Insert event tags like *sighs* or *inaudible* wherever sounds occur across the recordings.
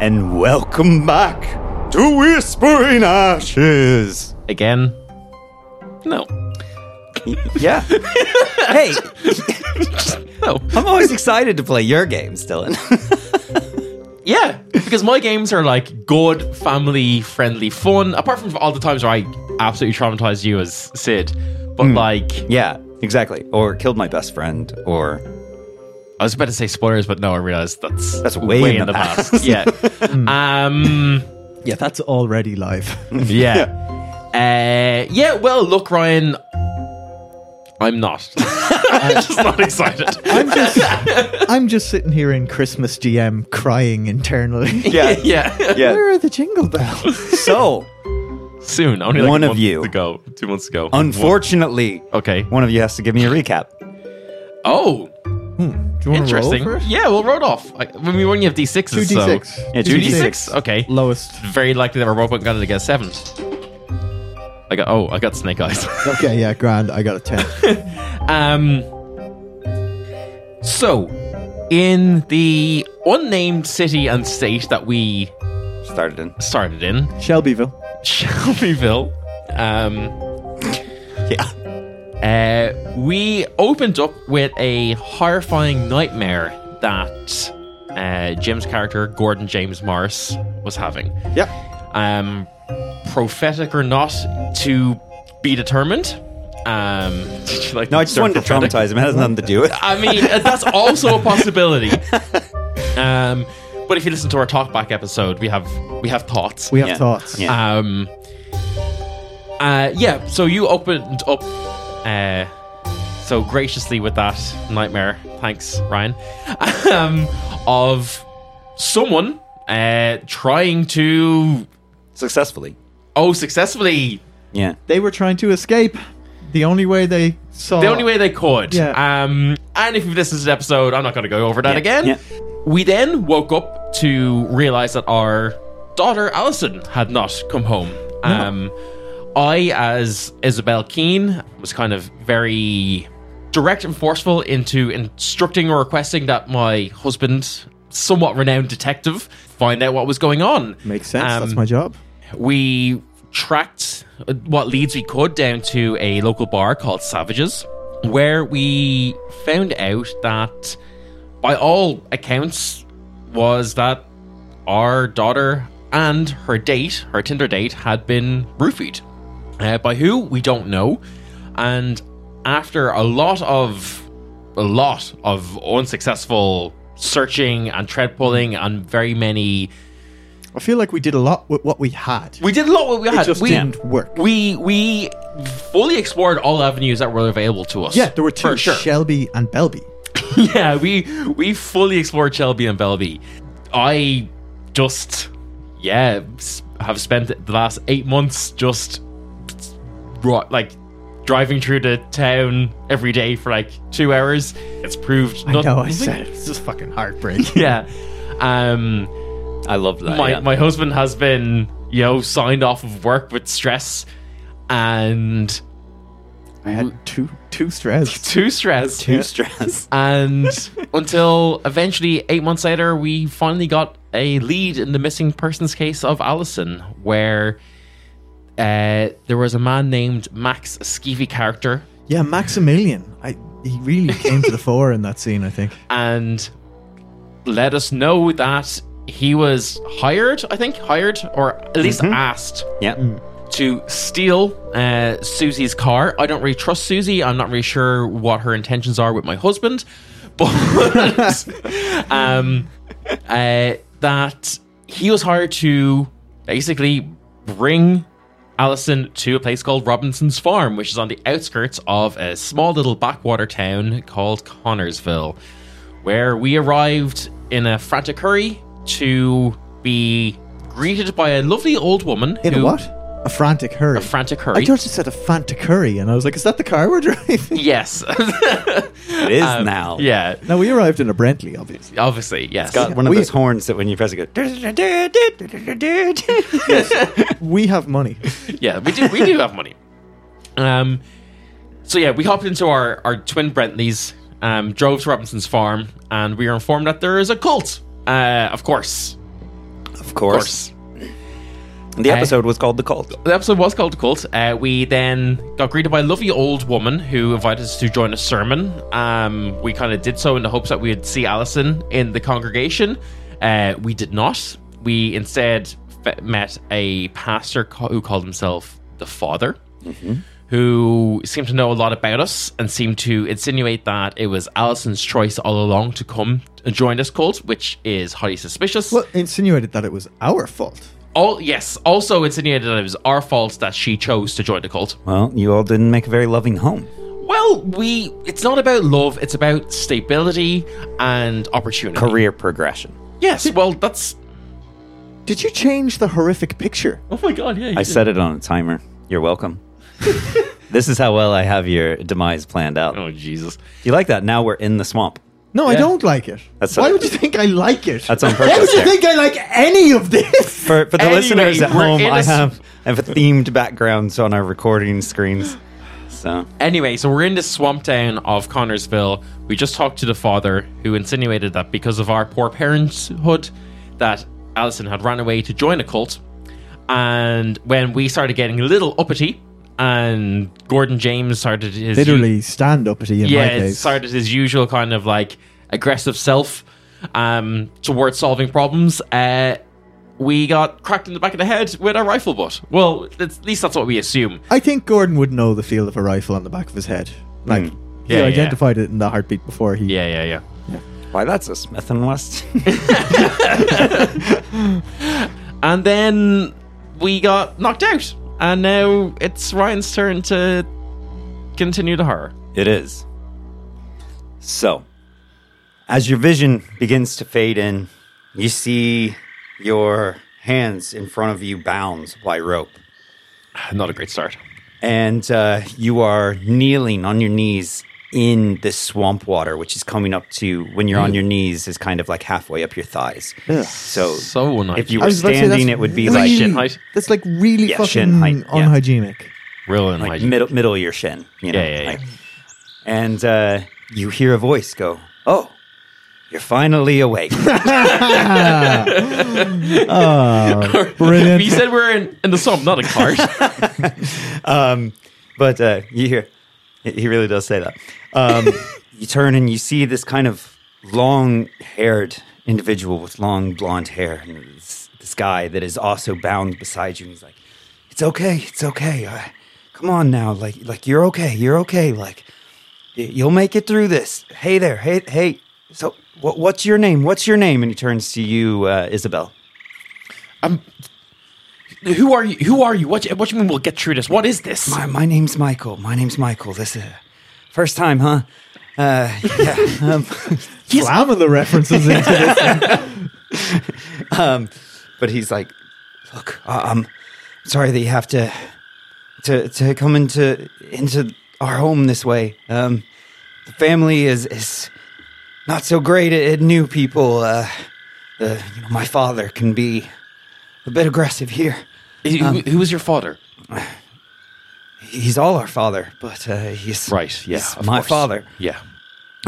and welcome back to Whispering Ashes. Again? No. *laughs* Yeah. hey, No. I'm always excited to play your games, Dylan. *laughs* Yeah, because my games are like good, family friendly fun, apart from all the times where I absolutely traumatized you as Sid. But Hmm. like, yeah, exactly. Or killed my best friend. Or I was about to say spoilers, but no, I realized that's That's way in the *laughs* past. yeah. um, Yeah, that's already live. *laughs* yeah. Uh, yeah, well, look, Ryan, I'm not. *laughs* I'm just not excited. I'm just, *laughs* I'm just sitting here in Christmas GM crying internally. *laughs* yeah, *laughs* yeah. *laughs* yeah. *laughs* Where are the jingle bells? So Soon. Only like One a of month you. ago. Two months ago. unfortunately, One- Okay. one of you has to give me a recap. Oh, *laughs* Do you want to roll interesting. for it? Yeah, we'll roll off. I, I mean, we only have D6s. Two so- D6. Yeah, Two two D6? Okay. Lowest. Very likely that my robot got it against seven. I got oh, I got snake eyes. *laughs* Okay, yeah, grand. I got a 10. um So in the unnamed city and state that we Started in. started in, *laughs* *laughs* Shelbyville. Shelbyville, um Yeah. uh, we opened up with a horrifying nightmare that uh, Jim's character, Gordon James Morris, was having. Yeah. um, prophetic or not to be determined. Um, did you like No, the I just term wanted to prophetic? traumatize him. It has nothing to do with it. I mean, uh, that's also a *laughs* possibility. um, but if you listen to our talkback episode, we have we have thoughts. We *laughs* have Yeah. Ah. thoughts. Yeah. um, uh, yeah. So you opened up uh, so graciously with that nightmare. Thanks, Ryan. *laughs* um, of someone uh, trying to Successfully. Oh, successfully. Yeah. They were trying to escape. The only way they saw. The only way they could. Yeah. Um, and if you've listened to the episode, I'm not going to go over that again. yeah. We then woke up to realize that our daughter, Allison, had not come home. Um, I, as Isabel Keane, was kind of very direct and forceful into instructing or requesting that my husband, somewhat renowned detective, find out what was going on. Makes sense. Um, That's my job. we tracked uh, what leads we could down to a local bar called Savages, where we found out that, by all accounts, was that our daughter and her date, her Tinder date, had been roofied. Uh, by who, we don't know. And after a lot of a lot of unsuccessful searching and tread pulling and very many I feel like we did a lot with what we had. we did a lot what we had. just we, didn't work. We we fully explored all avenues that were available to us. yeah, there were two for sure. Shelby and Belby. yeah, we we fully explored Shelby and Bellevue. I just yeah s- have spent the last eight months just ro- like driving through the town every day for like two hours. It's proved. I know, I nothing. said it. It's just fucking *laughs* heartbreaking. Yeah. Um. I love Uh, that. my yeah. my husband has been you know signed off of work with stress and I had two two stress. too stressed Too stressed. and until eventually eight months later we finally got a lead in the missing persons case of allison where uh, there was a man named max a skeevy character Yeah, Maximilian. I he *laughs* really came to the fore in that scene, I think. and let us know that he was hired i think hired or at least asked Yeah. Mm. to steal uh, Susie's car. I don't really trust Susie. I'm not really sure what her intentions are with my husband, *laughs* but um, uh, that he was hired to basically bring Allison to a place called Robinson's Farm, which is on the outskirts of a small little backwater town called Connorsville, where we arrived in a frantic hurry to be greeted by a lovely old woman In a who- what? A frantic hurry. a frantic I hurry. thought you said a frantic hurry, and I was like, is that the car we're *laughs* driving? yes. It is now. Um, *laughs* yeah. now we arrived in a Brentley, obviously. Obviously, yes. Got one of we- those horns that when you press it goes. We have money. Yeah, we do we do have money. Um so yeah, we hopped into our, our twin Brentleys, um, drove to Robinson's farm, and we were informed that there is a cult. Uh, of course. *laughs* Of course. And the Uh, episode was called The Cult. The episode was called Cult. Uh, we then got greeted by a lovely old woman who invited us to join a sermon. Um, we kind of did so in the hopes that we would see Allison in the congregation. Uh, we did not. We instead fe- met a pastor co- who called himself the Father, who seemed to know a lot about us and seemed to insinuate that it was Allison's choice all along to come and join this cult, which is highly suspicious. Well, insinuated that it was our fault. Oh yes. Also insinuated that it was our fault that she chose to join the cult. Well, you all didn't make a very loving home. Well, we it's not about love, it's about stability and opportunity. Career progression. Yes, well that's Did you change the horrific picture? Oh my god, yeah. I set it on a timer. You're *laughs* welcome. this is how well I have your demise planned out. *laughs* Oh Jesus. You like that? Now we're in the swamp. No, I Yeah. don't like it. That's Why a- would you think I like it? That's on *laughs* Why purpose would you there. think I like any of this? For, for the Anyway, listeners at we're home, in a I s- have, I have a themed backgrounds on our recording screens. So Anyway, so we're in this swamp town of Connorsville. We just talked to the father who insinuated that because of our poor parenthood that Allison had run away to join a cult. And when we started getting a little uppity and Gordon James started his *laughs* Literally stand up at in yeah, my it case. started his usual kind of like aggressive self um, towards solving problems. Uh, we got cracked in the back of the head with a rifle butt. Well, that's- at least that's what we assume. I think Gordon would know the feel of a rifle on the back of his head. Like Hmm. Yeah, he yeah. identified it in the heartbeat before he Yeah, yeah, yeah. why that's a Smith and West? And then we got knocked out, and now it's Ryan's turn to continue the horror. It is. So, as your vision begins to fade in, you see your hands in front of you bound by rope. *sighs* Not a great start. And uh, you are kneeling on your knees in this swamp water, which is coming up to, when you're Mm. on your knees, is kind of like halfway up your thighs. So, So unhygienic. if you I were was about to say, standing, that's it would be really- like, shin height. That's like really Yeah, fucking shin height, yeah. unhygienic. *laughs* Real like unhygienic. middle, middle of your shin. You know, Yeah, yeah, yeah. like- and uh, you hear a voice go, Oh, you're finally awake. Oh, brilliant. we said we're in, in the swamp, not a cart. But uh, you hear, he really does say that. Um, *laughs* you turn and you see this kind of long haired individual with long blonde hair, and this, this guy that is also bound beside you. And he's like, It's okay, it's okay. Uh, come on now. Like, like, you're okay, you're okay. Like, y- you'll make it through this. Hey there, hey, hey. So, what, what's your name? What's your name? And he turns to you, uh, Isabel. *laughs* who are you? Who are you? What, what do you mean we'll get through this? What is this? My, my name's Michael. My name's Michael. This is first time, huh? Uh, *laughs* yeah. Um, Slamming the references into *laughs* this. um, but he's like, "Look, I- I'm sorry that you have to to to come into into our home this way. Um, the family is is not so great at, at new people. Uh, the, you know, my father can be a bit aggressive here. Who- who was your father? He's all our father, but uh, he's Right. Yeah. he's of my course. father. Yeah.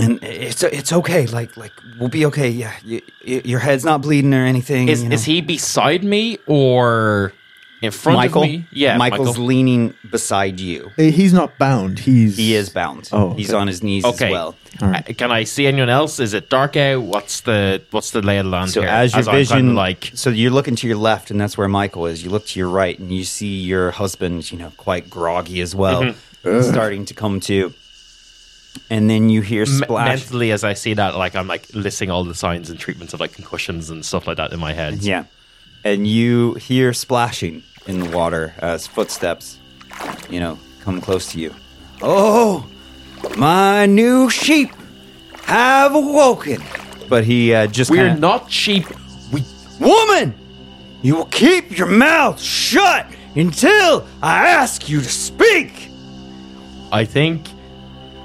And it's it's okay. Like like we'll be okay. Yeah, you, you, your head's not bleeding or anything. Is you know. is he beside me or in front Michael? of me? Yeah. Michael's Michael. leaning beside you. He's not bound. He's He is bound. Oh, he's okay. on his knees Okay. as well. All right. Uh, Can I see anyone else? Is it dark out? What's the what's the lay of the land So here? as your I'm kinda vision, like so you're looking to your left, and that's where Michael is. You look to your right, and you see your husband, you know, quite groggy as well, Mm-hmm. starting to come to. And then you hear me- splash. mentally as I see that, like I'm like listing all the signs and treatments of like concussions and stuff like that in my head. yeah, and you hear splashing in the water as footsteps, you know, come close to you. Oh, my new sheep have awoken. But he uh, just We're kinda- not cheap. We Woman, you will keep your mouth shut until I ask you to speak. I think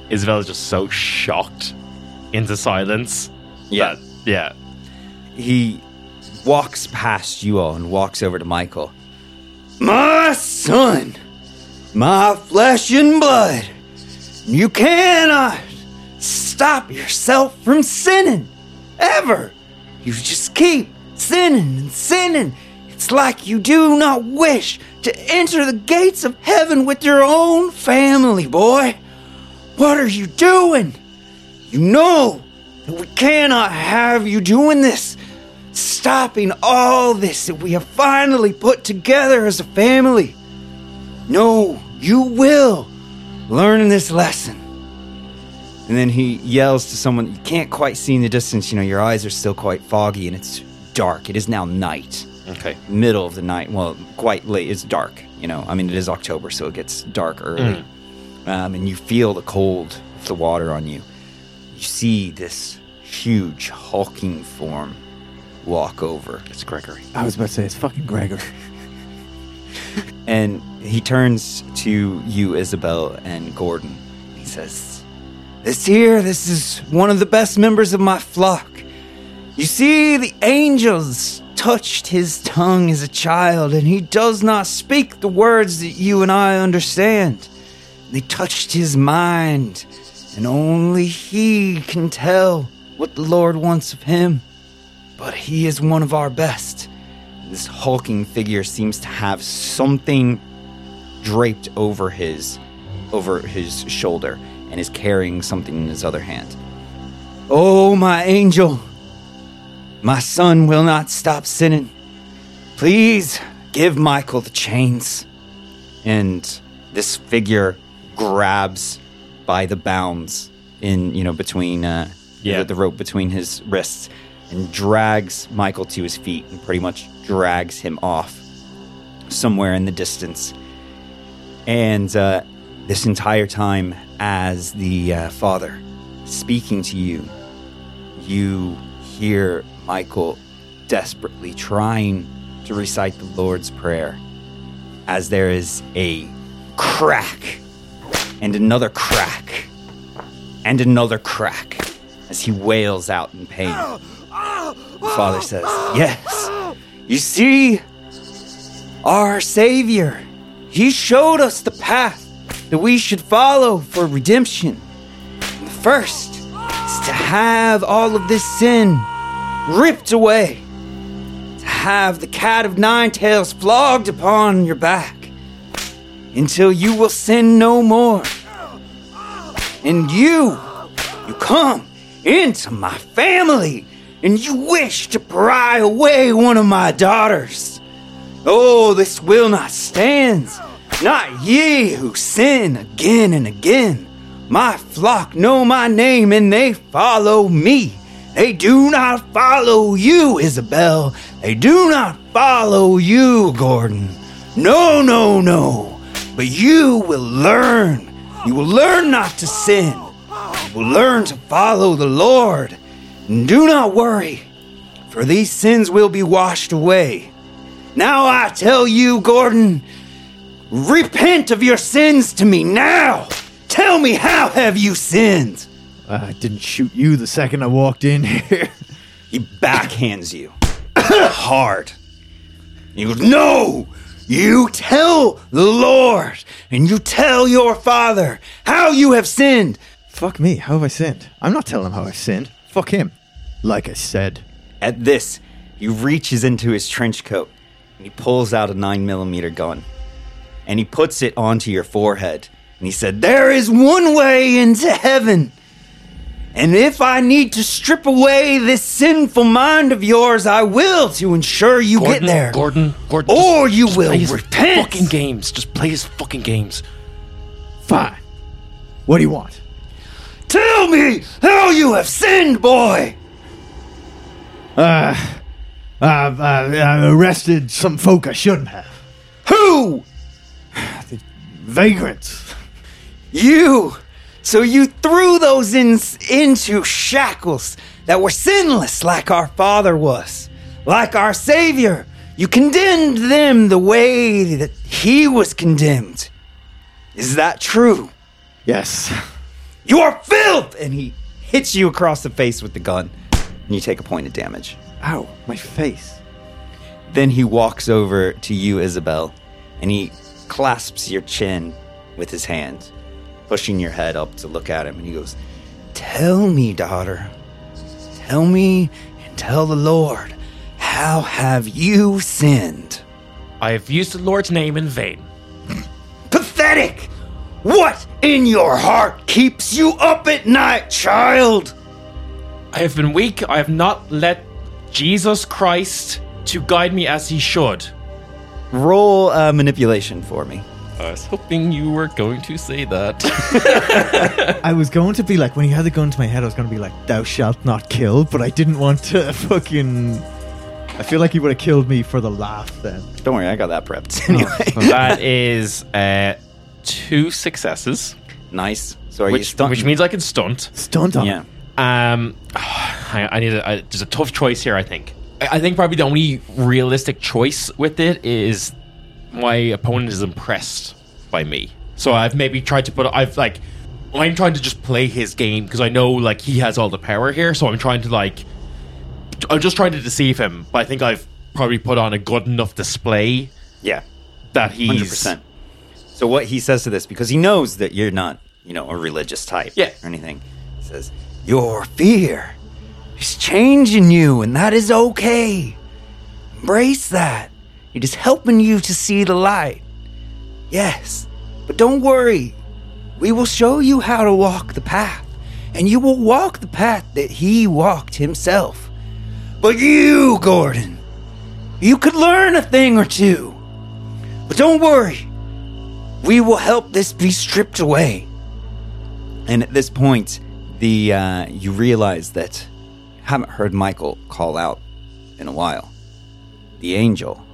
Isabel is just so shocked into silence. Yeah. that- yeah. He walks past you all and walks over to Michael. My son, my flesh and blood, you cannot stop yourself from sinning ever. You just keep sinning and sinning. It's like you do not wish to enter the gates of heaven with your own family, boy. What are you doing? You know that we cannot have you doing this. Stopping all this that we have finally put together as a family. No, you will learn this lesson. And then he yells to someone you can't quite see in the distance. You know, your eyes are still quite foggy and it's dark. It is now night. Okay. Middle of the night. Well, quite late. It's dark. You know, I mean, it is October, so it gets dark early. Um, and you feel the cold of the water on you. You see this huge, hulking form walk over. It's Gregory. I was about to say it's fucking Gregor. And he turns to you, Isabel, and Gordon. He says, This here, this is one of the best members of my flock. You see, the angels touched his tongue as a child, and he does not speak the words that you and I understand. They touched his mind, and only he can tell what the Lord wants of him. But he is one of our best. This hulking figure seems to have something draped over his over his shoulder and is carrying something in his other hand. Oh my angel, my son will not stop sinning. Please give Michael the chains. And this figure grabs by the bounds in, you know, between uh, Yeah. the, the rope between his wrists and drags Michael to his feet and pretty much drags him off somewhere in the distance. And uh, this entire time, as the uh, father speaking to you, you hear Michael desperately trying to recite the Lord's Prayer as there is a crack and another crack and another crack as he wails out in pain. The father says, Yes, you see, our Savior, He showed us the path that we should follow for redemption. The first is to have all of this sin ripped away, to have the cat of nine tails flogged upon your back until you will sin no more. And you, you come into my family and you wish to pry away one of my daughters. Oh, this will not stand. Not ye who sin again and again. My flock know my name and they follow me. They do not follow you, Isabel. They do not follow you, Gordon. No, no, no. But you will learn. You will learn not to sin. You will learn to follow the Lord. And do not worry, for these sins will be washed away. Now I tell you, Gordon, repent of your sins to me now. Tell me how have you sinned? Uh, I didn't shoot you the second I walked in *laughs* here. He backhands you *coughs* hard. He goes, No! You tell the Lord and you tell your father how you have sinned. Fuck me. How have I sinned? I'm not telling him how I sinned. Fuck him. Like I said. At this, he reaches into his trench coat and he pulls out a 9mm gun and he puts it onto your forehead. And he said, There is one way into heaven. And if I need to strip away this sinful mind of yours, I will to ensure you Gordon, get there. Gordon, Gordon. just Or you will play his repent. fucking games. Just play his fucking games. Fine. What do you want? Tell me how you have sinned, boy. I've, I've, I've arrested some folk I shouldn't have. Who? Vagrants. You. So you threw those in, into shackles that were sinless, like our Father was, like our Savior. You condemned them the way that He was condemned. Is that true? Yes. You are filth! And he hits you across the face with the gun, and you take a point of damage. Ow, my face. Then he walks over to you, Isabel, and he clasps your chin with his hand, pushing your head up to look at him. And he goes, Tell me, daughter. Tell me and tell the Lord How have you sinned? I have used the Lord's name in vain. Pathetic! What in your heart keeps you up at night, child? I have been weak. I have not let Jesus Christ to guide me as he should. Roll uh, manipulation for me. I was hoping you were going to say that. I was going to be like, when he had the gun to my head, I was going to be like, thou shalt not kill, but I didn't want to *laughs* fucking. I feel like he would have killed me for the laugh then. Don't worry, I got that prepped *laughs* *laughs* anyway. *laughs* that is uh, two successes, nice. So are you which, stunned? which means I can stunt. Stunned on yeah. him. Um, *sighs* I, I need a, I, there's a tough choice here. I think. I, I think probably the only realistic choice with it is my opponent is impressed by me. So I've maybe tried to put. I've like, I'm trying to just play his game because I know like he has all the power here. So I'm trying to like, I'm just trying to deceive him. But I think I've probably put on a good enough display Yeah. that he's Hundred percent. So what he says to this, because he knows that you're not, you know, a religious type Yeah. or anything, he says, Your fear is changing you, and that is okay. Embrace that. It is helping you to see the light. Yes. But don't worry. We will show you how to walk the path, and you will walk the path that he walked himself. But you, Gordon, you could learn a thing or two. But don't worry, we will help this be stripped away. And at this point, the uh, you realize that you haven't heard Michael call out in a while. The angel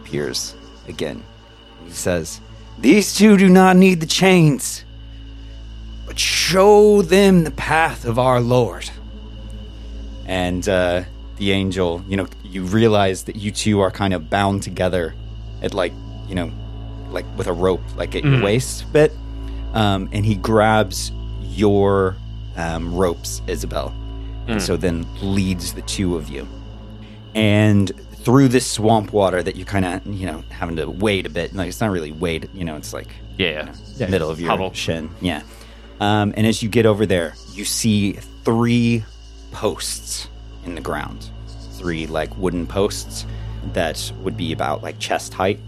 appears again. He says, "These two do not need the chains, but show them the path of our Lord." and uh, the angel, you know, you realize that you two are kind of bound together at like, you know, like with a rope, like at your waist bit. Um, and he grabs your um, ropes, Isabel. And so then leads the two of you. And through this swamp water that you're kind of, you know, having to wade a bit. Like, it's not really wade, you know, it's like Yeah. Yeah. middle of your Hubble. shin. Yeah. Um, and as you get over there, you see three posts in the ground, three like wooden posts that would be about like chest height.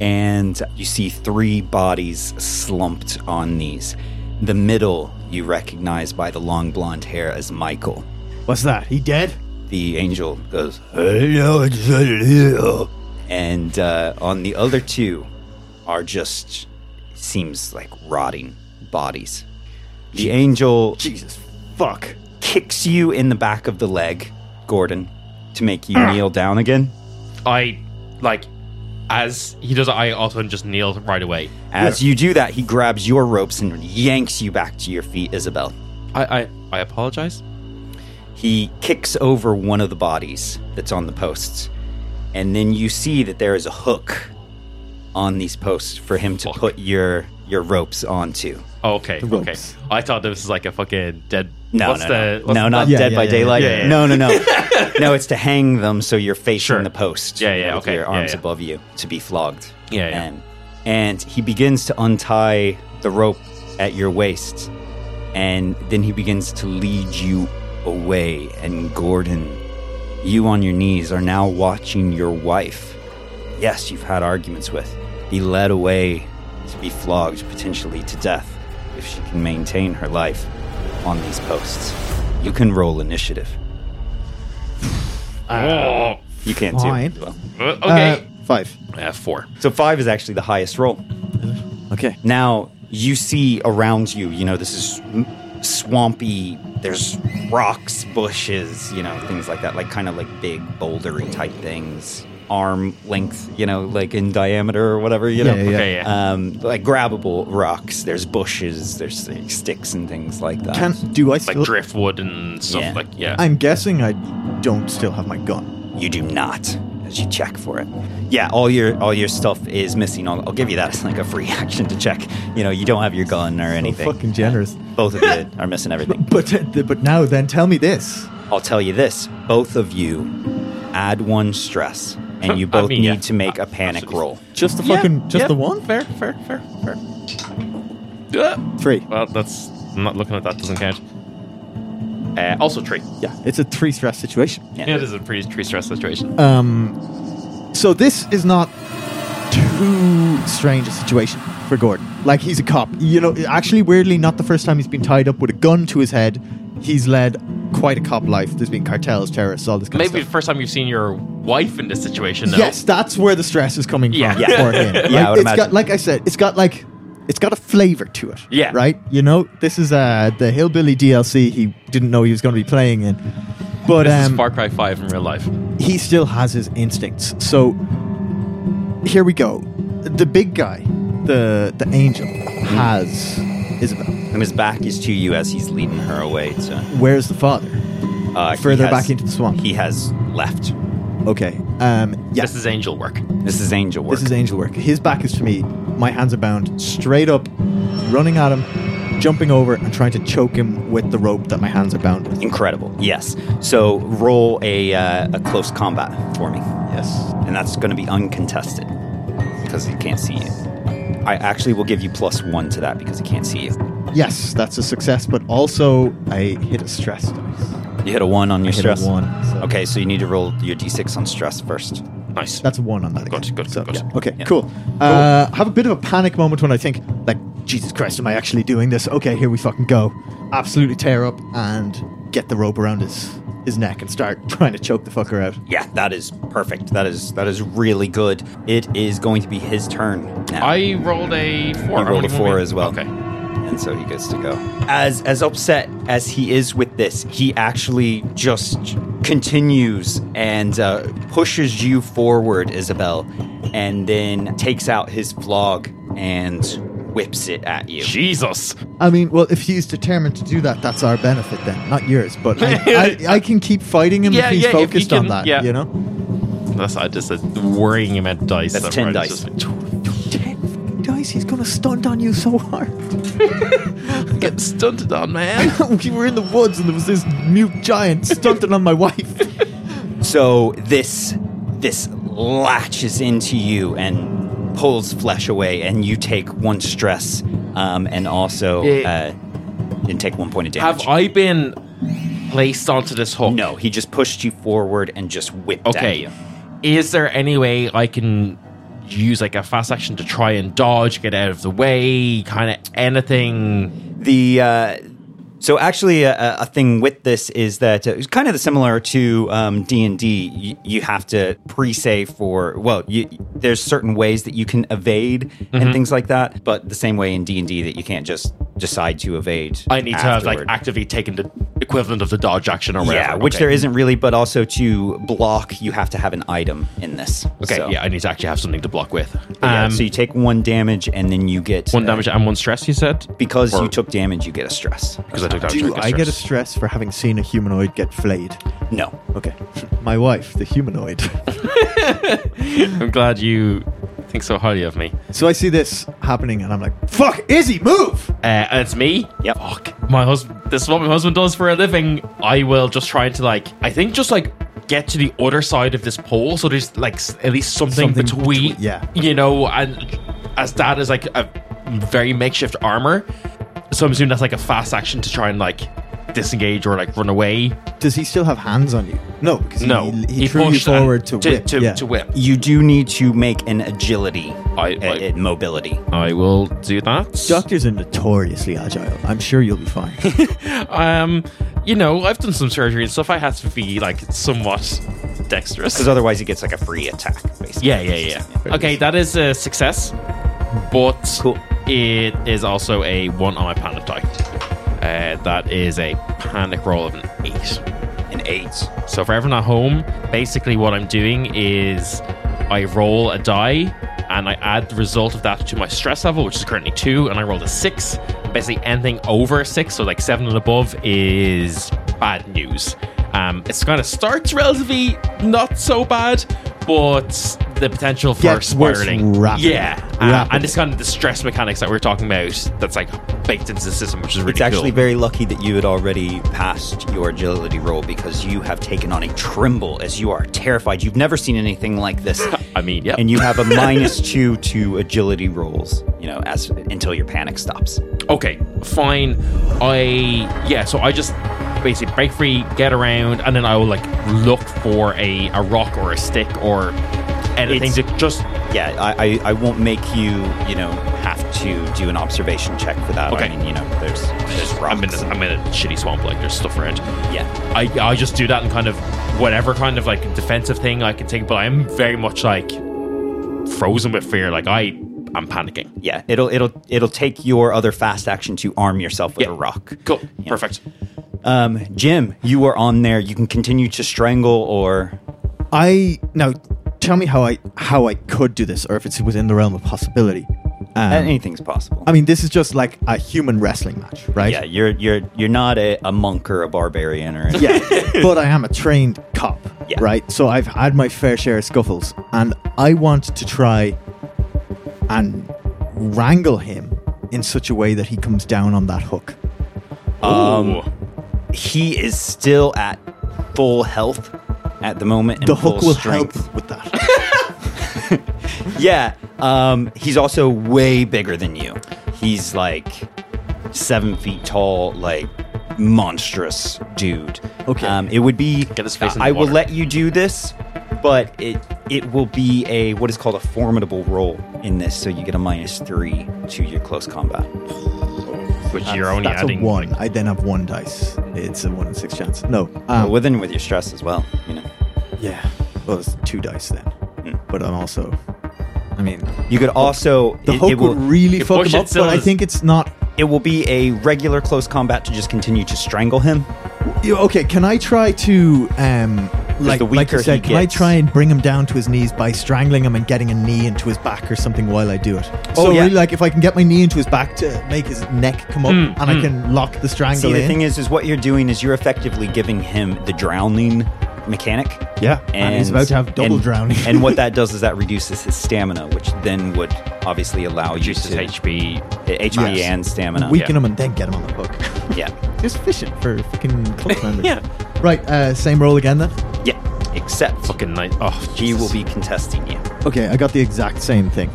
And you see three bodies slumped on these. The middle you recognize by the long blonde hair as Michael. What's that? He dead? The angel goes, No, it's here. and uh, on the other two are just seems like rotting bodies. The angel Jesus fuck. kicks you in the back of the leg, Gordon, to make you kneel down again. I like as he does. I also just kneel right away. As you do that, he grabs your ropes and yanks you back to your feet, Isabel. I I, I apologize. He kicks over one of the bodies that's on the posts, and then you see that there is a hook on these posts for him to Fuck. put your your ropes onto. Oh, okay, okay. ropes. I thought this was like a fucking dead. No, what's no, the, no. what's no the- not Yeah, Dead yeah, by yeah, Daylight. yeah, yeah. No, no, no, no. It's to hang them so you're facing Sure. the post. Yeah, yeah, with okay. Your Yeah, arms yeah. above you to be flogged. Yeah, yeah. And, and he begins to untie the rope at your waist, and then he begins to lead you away. And Gordon, you on your knees are now watching your wife. Yes, you've had arguments with. Be led away to be flogged, potentially to death, if she can maintain her life on these posts. You can roll initiative. Oh, You can't Fine. do it. Well. uh, okay. Uh, five. Uh, four. So five is actually the highest roll. Okay. Now you see around you, you know, this is m- swampy, there's rocks, bushes, you know, things like that, like kind of like big bouldery type things, arm length, you know, like in diameter or whatever, you Yeah, know. yeah, yeah. Okay, yeah. Um, like grabbable rocks, there's bushes, there's like, sticks and things like that. Can do I like still? driftwood and stuff. Yeah. Like yeah. I'm guessing I don't still have my gun. You do not, as you check for it. Yeah, all your all your stuff is missing. I'll, I'll give you that. It's like a free *laughs* action to check. You know, you don't have your gun or anything. Fucking generous. Both of *laughs* you are missing everything. But uh, but now then, tell me this. I'll tell you this: both of you add one stress, and *laughs* you I both mean, need yeah. to make a panic roll. Just the Yeah, fucking, just yeah. the one. Fair, fair, fair, fair. Uh, Three. Oh. well, that's I'm not looking at that. Doesn't count. Uh, also three. Yeah, it's a three stress situation. It is a pretty tree stress situation. Uh, Um, so this is not too strange a situation for Gordon. Like he's a cop. You know, actually, weirdly, not the first time he's been tied up with a gun to his head. He's led quite a cop life. There's been cartels, terrorists, all this kind Maybe of the stuff. first time you've seen your wife in this situation. No? Yes, that's where the stress is coming Yeah. from Yeah. *laughs* for him. Like, I would it's imagine. got, like I said, it's got like, it's got a flavor to it. Yeah. Right. You know, this is uh the hillbilly DLC. He didn't know he was going to be playing in, but This um, is Far Cry Five in real life. he still has his instincts. So here we go. The big guy, the the angel, has Isabel. And his back is to you as he's leading her away to Where's the father? uh, he Further has- back into the swamp. He has left. Okay. Um. Yeah. This is angel work. This is angel work. This is angel work. His back is to me. My hands are bound. Straight up, running at him, jumping over, and trying to choke him with the rope that my hands are bound with. incredible. Yes. So roll a uh, a close combat for me, Yes. and that's going to be uncontested because he can't see you. I actually will give you plus one to that because he can't see you. Yes, that's a success, but also I hit a stress dice. You hit a one on your hit a stress. one, so- Okay, so you need to roll your d6 on stress first. Nice. That's a one on that. Oh, Good, again. good, So, good, good. yeah, Okay, Yeah. cool. Uh, have a bit of a panic moment when I think, like, Jesus Christ, am I actually doing this? Okay, here we fucking go. Absolutely tear up and get the rope around his his neck and start *laughs* trying to choke the fucker out. Yeah, that is perfect. That is that is really good. It is going to be his turn now. I rolled a four. He I'm rolled a gonna four be- as well. Okay. And so he gets to go. As as upset as he is with this, he actually just continues and uh, pushes you forward, Isabel, and then takes out his flog and whips it at you. Jesus. I mean, well, if he's determined to do that, that's our benefit then, not yours. But *laughs* I, I, I can keep fighting him Yeah, if he's yeah, if he focused on can- that. yeah. You know, That's I just a worrying about dice. That's I'm 10 right, dice. it's just like, ten fucking dice. He's gonna stunt on you so hard. I'm getting stunted on, man. *laughs* we were in the woods and there was this mute giant stunting on my wife. So this this latches into you and pulls flesh away, and you take one stress, um, and also Yeah. uh, and take one point of damage. Have I been placed onto this hook? No, he just pushed you forward and just whipped at Okay. you. Is there any way I can use like a fast action to try and dodge, get out of the way, kind of anything? The uh, so actually uh, a, a thing with this is that uh, it's kind of similar to um, D and D. You have to pre-save for well, you, there's certain ways that you can evade Mm-hmm. and things like that, but the same way in D and D that you can't just decide to evade. I need to have afterward. like actively taken the equivalent of the dodge action or whatever. yeah, which there isn't really, but also to block, you have to have an item in this. Okay, so, yeah, I need to actually have something to block with. yeah, Um, so you take one damage, and then you get one uh, damage and one stress. You *clears throat* said because Or- you took damage. You get a stress. because I took damage. Do I get a stress. stress for having seen a humanoid get flayed? No, Okay. *laughs* My wife, the humanoid. *laughs* I'm glad you think so highly of me. so I see this happening and I'm like, fuck, Izzy, move! Uh, and it's me. Yep. Fuck. My husband. This is what my husband does for a living. I will just try to like. I think just like get to the other side of this pole, so there's like s- at least something, Something between. between- yeah. You know, and as that is like a very makeshift armor, so I'm assuming that's like a fast action to try and like disengage or like run away. Does he still have hands on you? No, because he- No, he, threw you pushed and- forward to, to whip. To, yeah. to whip. You do need to make an agility I- and I- and mobility. I will do that. Doctors are notoriously agile. I'm sure you'll be fine. *laughs* Um, you know, I've done some surgery and stuff. I have to be like somewhat dexterous. Because otherwise, he gets like a free attack, basically. Yeah, yeah, yeah. Okay, that is a success, but Cool. it is also a one on my panic die. Uh, that is a panic roll of an eight. An eight. So for everyone at home, basically what I'm doing is I roll a die and I add the result of that to my stress level, which is currently two, and I rolled a six. Basically anything over a six, so like seven and above, is bad news. Um, it's kind of starts relatively not so bad, but the potential for Gets worse spiraling, rapidly. yeah, uh, Rapidly. and it's kind of the stress mechanics that we are talking about that's like baked into the system, which is really It's actually cool. very lucky that you had already passed your agility roll because you have taken on a tremble as you are terrified. You've never seen anything like this. *laughs* I mean, yeah, And you *laughs* have a minus two to agility rolls, you know, as until your panic stops. Okay, fine. I yeah, so I just basically break free, get around, and then I will like look for a, a rock or a stick or anything It's- to just Yeah, I, I, I won't make you, you know, have to do an observation check for that. Okay. I mean, you know, there's there's rocks. I'm in, a, I'm in a shitty swamp. Like there's stuff around. yeah. I I just do that and kind of whatever kind of like defensive thing I can think. But I am very much like frozen with fear. Like I am panicking. Yeah, it'll it'll it'll take your other fast action to arm yourself with Yeah. a rock. Cool. Perfect. Um, Jim, you are on there. You can continue to strangle or I now tell me how I how I could do this, or if it's within the realm of possibility. Um, anything's possible. I mean, this is just like a human wrestling match, right? yeah, you're you're you're not a, a monk or a barbarian or anything. yeah, but I am a trained cop, Yeah. right? So I've had my fair share of scuffles, and I want to try and wrangle him in such a way that he comes down on that hook. Um, he is still at full health at the moment. And The full hook will strength. help *laughs* with that. Yeah. Um, he's also way bigger than you. He's like seven feet tall, like monstrous dude. Okay. Um, it would be. Get his face in the I will water. let you do this, but it it will be a what is called a formidable roll in this, so you get a minus three to your close combat. but you're only That's adding a one. like- I then have one dice. It's a one in six chance. No, um, Within with your stress as well, you know. yeah. Well, it's two dice then, Hmm. but I'm also. I mean, You could also the it, hook it will would really If fuck push him it up, still but I is- think it's not. it will be a regular close combat to just continue to strangle him. You- Okay, can I try to um like the like you weaker said, he can I gets- try and bring him down to his knees by strangling him and getting a knee into his back or something while I do it? Oh, so yeah. really, like if I can get my knee into his back to make his neck come up and I can lock the strangle Hmm, See, the in. thing is, is what you're doing is you're effectively giving him the drowning mechanic. yeah, and, he's about to have double and- drowning. and *laughs* what that does is that reduces his stamina, which then would obviously allow reduces you to HP. HP Yes. and stamina. weaken yeah. him and then get him on the hook. *laughs* yeah, It's efficient for fucking *laughs* cult members. Yeah. Right, uh, same roll again then. yeah. Except Fucking nice. Oh, he Jesus. will be contesting you. Okay, I got the exact same thing.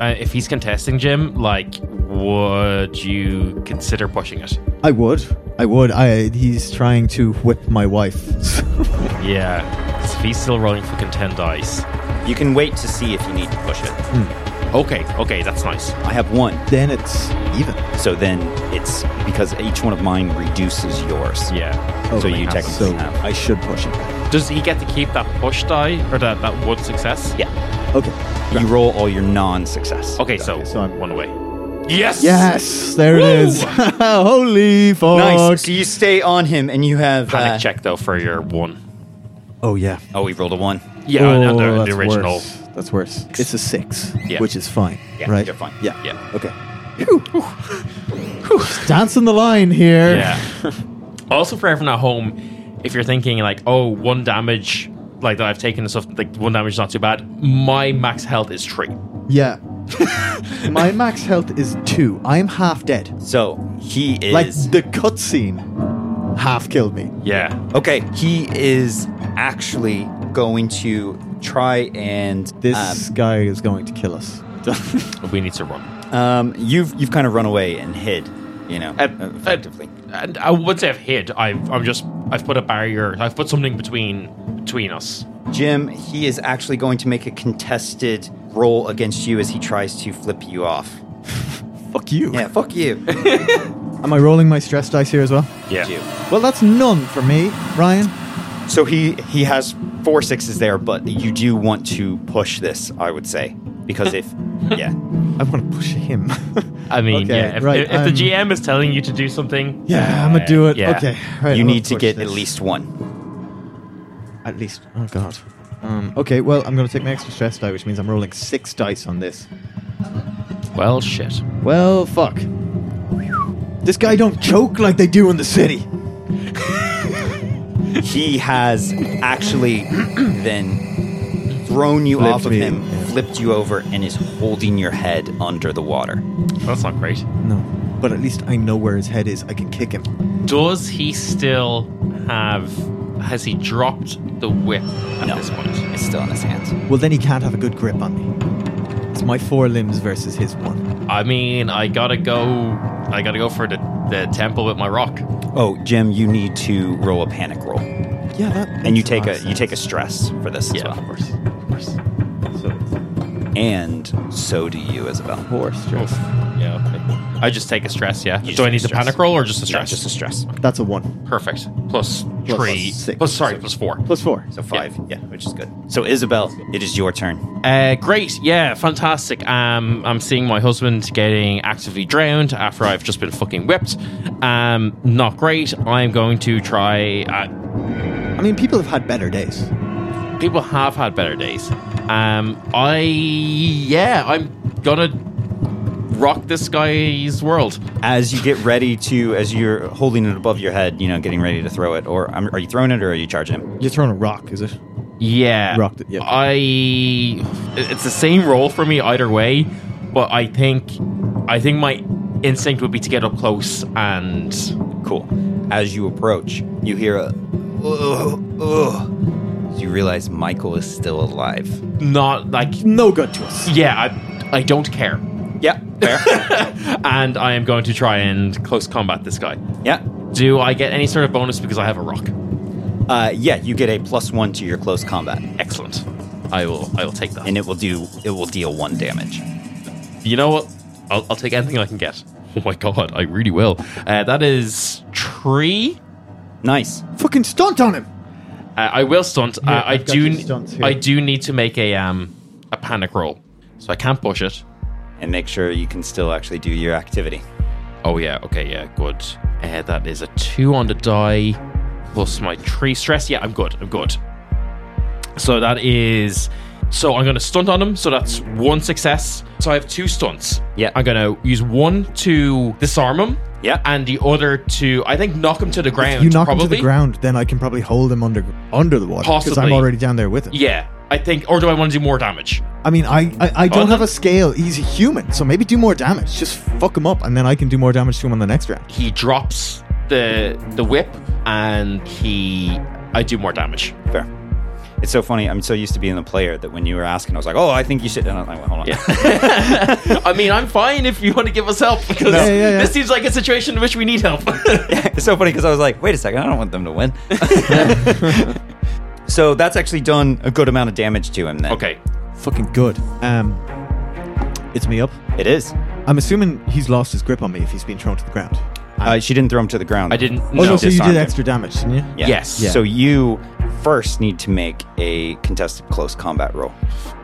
Uh, if he's contesting Jim, like, would you consider pushing it? I would. I would. I he's trying to whip my wife. *laughs* Yeah. 'Cause If he's still rolling fucking 10 dice. You can wait to see if you need to push it. Okay, okay, that's nice. I have one, then it's even. so then it's because each one of mine reduces yours. Yeah. So you technically Oh, so have. I should push it. Does he get to keep that push die or that, that one success? Yeah. Okay. You roll all your non-success. Okay, so, so I'm- one away. Yes! Yes, there Woo! it is. *laughs* Holy fuck! Nice. So you stay on him, and you have Panic uh, check, though, for your one. Oh yeah. Oh, we rolled a one. Yeah, oh, and the, the that's original. Worse. That's worse. It's a six, Yeah. which is fine. Yeah, right. you're fine. Yeah. Yeah. Okay. Just dancing the line here. *laughs* Yeah. also, for everyone at home, if you're thinking like, oh, one damage, like that I've taken and stuff, like one damage is not too bad. My max health is three. Yeah. *laughs* My max health is two. I'm half dead. So he is Like the cutscene, half killed me. Yeah. okay. He is actually going to try and This guy is going to kill us. *laughs* We need to run. Um, um, you've you've kind of run away and hid, you know, Uh, uh, effectively. And I would say I've hid. I've I'm just I've put a barrier. I've put something between between us. Jim, he is actually going to make a contested roll against you as he tries to flip you off. Fuck you. Yeah, *laughs* fuck you. Am I rolling my stress dice here as well? Yeah. You. Well, that's none for me, Ryan. So he he has four sixes there, but you do want to push this, I would say, because if yeah, I want to push him. *laughs* I mean, Okay, yeah. If, right, if, if the I'm- GM is telling you to do something, yeah, I'm gonna do it. Yeah. Okay, right, you I'm need gonna to push get this. at least one. at least. Oh god. Um, okay, well, I'm gonna take my extra stress die, which means I'm rolling six dice on this. well, shit. Well, fuck. This guy don't choke like they do in the city. He has actually then thrown you Flipped off of me, him, yeah. flipped you over, and is holding your head under the water. That's not great. No, but at least I know where his head is. I can kick him. Does he still have? Has he dropped the whip at No. this point? It's still in his hands. Well, then he can't have a good grip on me. It's my four limbs versus his one. I mean, I gotta go. I gotta go for the the temple with my rock. Oh, Jim, you need to roll a panic roll, Yeah, that. and you take a you take a stress for this as Yeah, well. of course. Of course. And so do you, Isabel. horse stress. Yeah, okay. I just take a stress, yeah. You Do I just need the stress. panic roll or just a Yeah, stress? just a stress. That's a one Perfect. Plus Plus three. six. plus, sorry, plus four. plus four. So five, yeah. which is good. So Isabel, it is your turn. Uh, great, yeah, fantastic. Um, I'm seeing my husband getting actively drowned after I've just been fucking whipped. Um, not great. I'm going to try. Uh, I mean, people have had better days. people have had better days. Um, I yeah, I'm gonna rock this guy's world. As you get ready to, as you're holding it above your head, you know, getting ready to throw it, or um, are you throwing it or are you charging him? You're throwing a rock, is it? Yeah, Rocked it, yep. I it's the same role for me either way, but I think I think my instinct would be to get up close and Cool. As you approach, you hear a, ugh, ugh. You realize Michael is still alive. not like No good to us. yeah I, I don't care *laughs* Yeah, *laughs* fair. and i am going to try and close combat this guy yeah. do i get any sort of bonus because i have a rock Uh, yeah, you get a plus one to your close combat, excellent i will i will take that and it will do. It will deal one damage. you know what i'll, I'll take anything i can get oh my god i really will uh, that is three Nice. Fucking stunt on him. uh, i will stunt Yeah, uh, i I've got do your stunts here. i do need to make a um a panic roll so i can't push it And make sure you can still actually do your activity. Oh yeah, okay, yeah, good. Uh, that is a two on the die, plus my tree stress. Yeah, I'm good. I'm good. So that is. So I'm going to stunt on him. So that's one success. So I have two stunts. Yeah. I'm going to use one to disarm him. Yeah. And the other to, I think, knock him to the ground. You knock probably. him to the ground, then I can probably hold him under under the water because Possibly. I'm already down there with him. Yeah, I think. Or do I want to do more damage? I mean, I I, I Well, don't have then- a scale. He's a human, so maybe do more damage. Just fuck him up, and then I can do more damage to him on the next round. He drops the the whip, and he. I do more damage. *laughs* Fair. It's so funny. I'm so used to being the player that when you were asking, I was like, "Oh, I think you should." And I was like, well, "Hold on." I mean, I'm fine if you want to give us help because Yeah, yeah, yeah. this seems like a situation in which we need help. *laughs* *laughs* it's so funny because I was like, "Wait a second, I don't want them to *laughs* win." so that's actually done a good amount of damage to him. Then okay. Fucking good. Um, it's me up. it is. I'm assuming he's lost his grip on me if he's been thrown to the ground. Uh, she didn't throw him to the ground. I didn't. Oh no. no! So you disarmed did him. extra damage, didn't you? Yeah. Yes. Yeah. So you first need to make a contested close combat roll.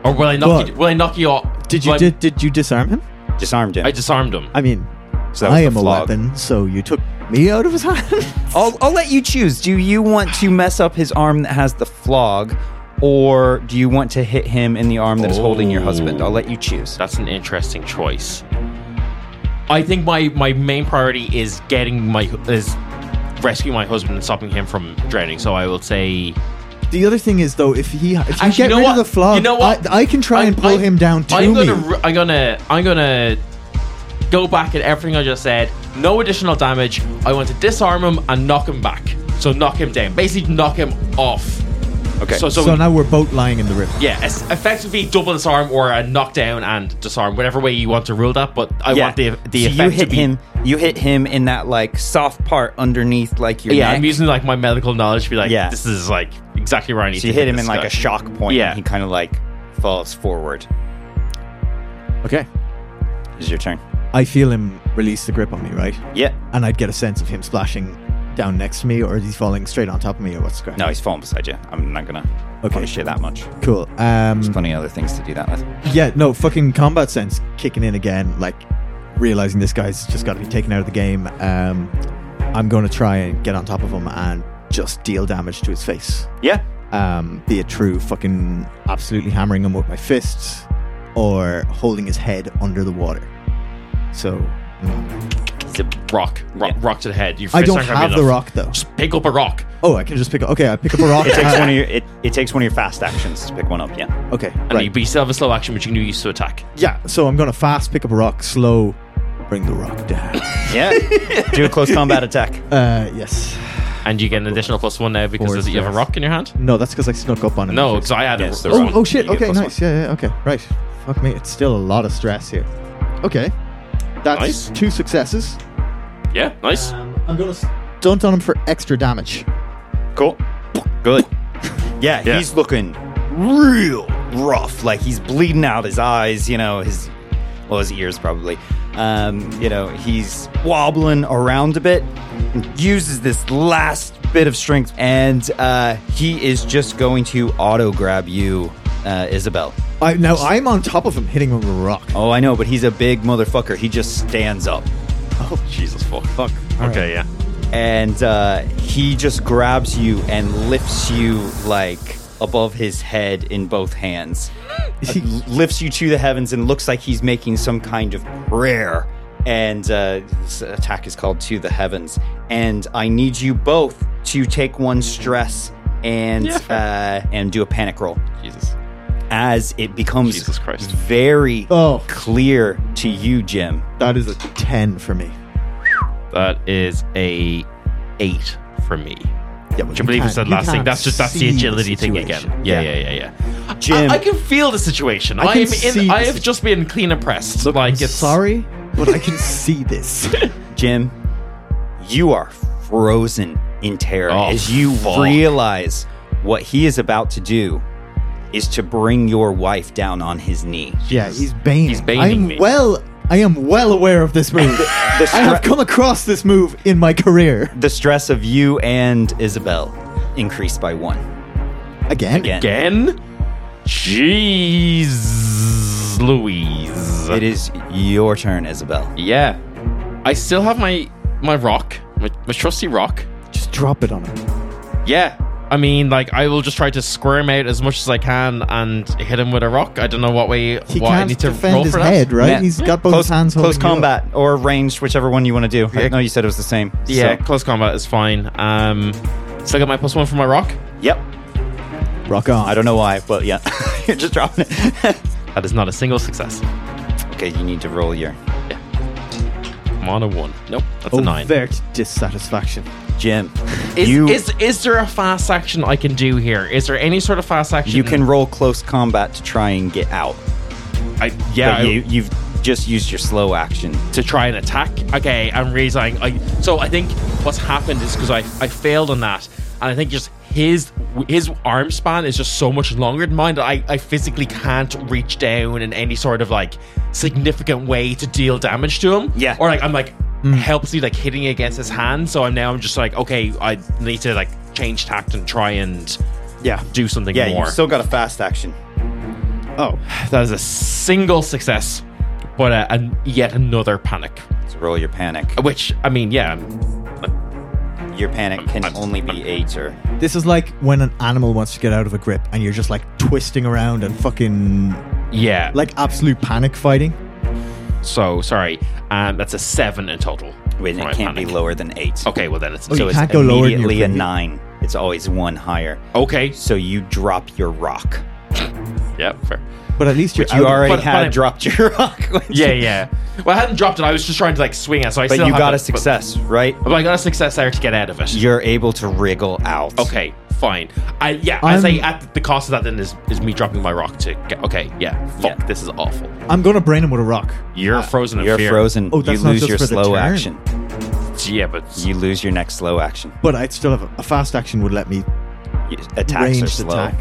Or will I knock you? But- Will I knock you off? Did you Will I- did, did you disarm him? Disarmed him. I disarmed him. I mean, So that was I the am a flog. weapon, so you took me out of his *laughs* hand. I'll, I'll let you choose. Do you want to mess up his arm that has the flog, or do you want to hit him in the arm that is holding your husband? I'll let you choose. That's an interesting choice. I think my my main priority is getting my is rescuing my husband and stopping him from drowning. So I will say. the other thing is though, if he if you Actually, get you know rid what? of the flog, You know what? I, I can try and pull him down to I'm me. gonna, re- I'm gonna, I'm gonna go back at everything I just said. No additional damage. I want to disarm him and knock him back. So knock him down. Basically, knock him off. Okay. So, so, so now we're both lying in the river. yeah, es- effectively double disarm or a knockdown and disarm, whatever way you want to rule that. But I Yeah. want the the so effect you hit to be. him. You hit him in that like soft part underneath, like your Yeah, neck. I'm using like my medical knowledge to be like, Yeah. this is like exactly where I need so to you hit him this in like guy. a shock point. Yeah. and he kind of like falls forward. Okay. This is your turn. I feel him release the grip on me, right? Yeah. And I'd get a sense of him splashing down next to me, or is he falling straight on top of me, or what's going? No, he's falling beside you. I'm not gonna Okay. punish you that much. Cool. Um, Plenty of other things to do that with. yeah, no, fucking combat sense kicking in again, like realizing this guy's just got to be taken out of the game. Um, I'm going to try and get on top of him and just deal damage to his face. Yeah. Um, be it true fucking absolutely hammering him with my fists or holding his head under the water. So mm. It's a rock, rock, Yeah. rock to the head. Your I fists don't aren't gonna be have the enough. rock though. Just pick up a rock. Oh, I can just pick up. Okay, I pick up a rock. It takes uh, one of your it, it takes one of your fast actions to pick one up. *laughs* Yeah. Okay, And right. you, but you still have a slow action, which you can use to attack. Yeah, so I'm gonna fast pick up a rock, slow, bring the *laughs* rock down. Yeah. do a close combat attack. uh, yes. And you get an additional plus one now because Forward there's- you have a stress. rock in your hand? No, that's because I snuck up on him. No, because I had Yes, a there's Oh, rock. oh shit. You get Okay, plus nice. Yeah, yeah. Okay, right. Fuck me. It's still a lot of stress here. Okay, that's Nice. two successes. oh, Yeah, nice. Um, I'm gonna s- Stunt on him for extra damage. Cool. Good. Yeah, he's looking real rough. Like he's bleeding out his eyes, you know, his well, his ears probably. Um, you know, he's wobbling around a bit and uses this last bit of strength and uh, he is just going to auto grab you, uh, Isabel. I, now I'm on top of him, hitting him with a rock. Oh, I know, but he's a big motherfucker. He just stands up. Jesus fuck. Fuck. Okay, yeah. and uh, he just grabs you and lifts you like above his head in both hands he lifts you to the heavens and looks like he's making some kind of prayer and uh, this attack is called to the heavens and i need you both to take one stress and uh, and do a panic roll Jesus. as it becomes Jesus Christ. very Oh. clear to you jim That is a ten for me. That is a eight for me. Yeah, but Can you believe you can't- said last thing? can't That's just that's the see agility thing again. situation. Yeah, yeah, yeah, yeah. Jim. I, I can feel the situation. I, I can am see in. the I have situ- just been clean oppressed. like it's Sorry, but I can see this. Jim, you are frozen in terror Oh, as you fuck. realize what he is about to do is to bring your wife down on his knee. Yeah, he's baning. He's baning I'm me. well. I am well aware of this move. The, I have stre- come across this move in my career. the stress of you and Isabel increased by one Again. again. again. Jeez, Louise. It is your turn, Isabel. Yeah, I still have my my rock, my, my trusty rock. Just drop it on him. Yeah. I mean, like, I will just try to squirm out as much as I can and hit him with a rock. I don't know what way. He what I can't need to roll defend his for head, that. right? Yeah. He's got both Close, his hands close holding you up. combat or ranged, whichever one you want to do. I Yeah. know you said it was the same. Yeah, so- close combat is fine. Um, still got my plus one for my rock. yep. Rock on. I don't know why, but yeah. *laughs* You're just dropping it. *laughs* That is not a single success. okay, you need to roll your. I'm on a one. Nope, that's Oh, a nine. Overt dissatisfaction. Jim. Is, you, is is there a fast action I can do here? Is there any sort of fast action? You can roll close combat to try and get out. I, yeah, but I- you, you've just used your slow action. to try and attack. Okay, I'm realizing. I, so I think what's happened is because I, I failed on that, and I think just his his arm span is just so much longer than mine that I, I physically can't reach down in any sort of like significant way to deal damage to him. Yeah. or like I'm like helplessly like hitting against his hand. So I'm now I'm just like okay, I need to like change tact and try and Yeah. do something Yeah, more. you've still got a fast action. Oh, *sighs* that is a single success, but uh, and yet another panic. So roll your panic. Which I mean, yeah, Your panic can Oh. I'm- only be eight or. this is like when an animal wants to get out of a grip, and you're just like twisting around and fucking yeah. like absolute panic fighting. So sorry. Um, that's a seven in total. Wait, for it my can't be panic. lower than eight. Okay, well then it's Oh, so you it's can't It's go lower than your immediately a previous- nine. It's always one higher. okay. So you drop your rock. Yeah, fair. But at least you're You out of- already but had I- dropped your *laughs* rock. when you- Yeah, yeah. Well, I hadn't dropped it. I was just trying to like swing it. So I But still you have got it, a success, right? But, but I got a success there to get out of it. You're able to wriggle out. okay, fine. I yeah. I I'm- say at the cost of that then is is me dropping my rock to. Get, okay, yeah. Fuck, Yeah. Uh, this is awful. I'm gonna brain him with a rock. You're frozen. in You're fear. frozen. Oh, you that's not lose just your for the slow turn. action. Yeah, but You lose your next slow action. But I'd still have a, a fast action would let me Y- Attacks are ranged slow. attack.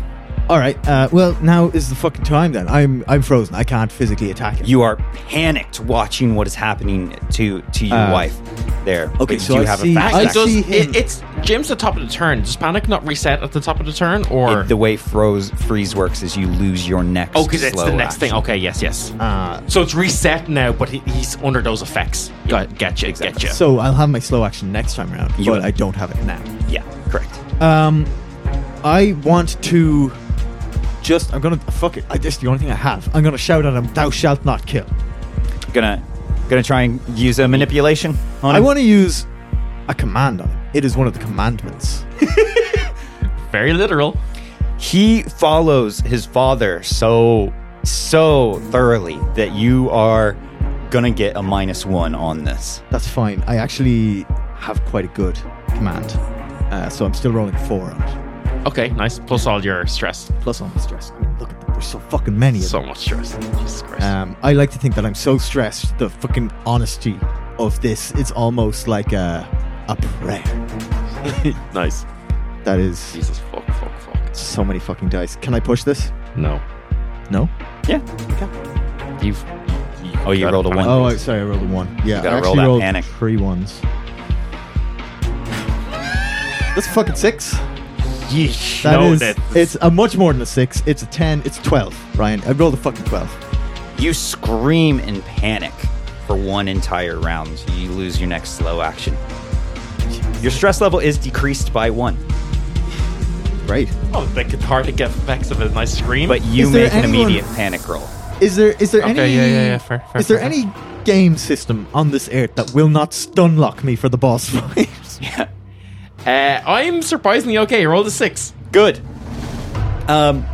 All right. Uh, well, now is the fucking time. Then I'm I'm frozen. I can't physically attack him. You are panicked watching what is happening to to your Uh, wife there. okay, but so you I have see- a fast I It action. see- does, see him. it, it's Jim's the top of the turn. Does panic not reset at the top of the turn or? It- the way froze freeze works is you lose your next. oh, because it's slow the next thing. action. Okay, yes, yes. Uh, So it's reset now, but he, he's under those effects. Got, gotcha, gotcha. so I'll have my slow action next time around, You- but I don't have it now. Yeah, correct. Um, I want to just. I'm gonna fuck it. I just the only thing I have. I'm gonna shout at him. Thou shalt not kill. Gonna gonna try and use a manipulation on I him. want to use a command on him. It is one of the commandments. very literal. he follows his father so so thoroughly that you are gonna get a minus one on this. That's fine. I actually have quite a good command, uh, so I'm still rolling four on it. Okay, nice. Plus all your stress. Plus all my stress. I mean, look at them. There's so fucking many of So them. much stress. Jesus Christ. Um, I like to think that I'm so stressed. The fucking honesty of this, it's almost like a a prayer. Nice. That is Jesus fuck, fuck, fuck. so many fucking dice. Can I push this? No. No. You've. Oh, you got rolled a panic. one. Oh, I, sorry, I rolled a one. Yeah, gotta I roll actually that rolled panic. three ones. That's a fucking six. Yeesh. That no, is- that's- it's a much more than a six. It's a ten. It's twelve. Ryan, I rolled a fucking twelve. You scream in panic for one entire round. You lose your next slow action. Your stress level is decreased by one, Great. oh, the cathartic effects of a nice scream. but you Is there make an anyone- immediate panic roll. *laughs* Is there is there Okay, any yeah, yeah, yeah, fair, fair, is there fair, any game system on this earth that will not stun lock me for the boss *laughs* fight? Uh, I'm surprisingly okay. Roll the six. Good. Um,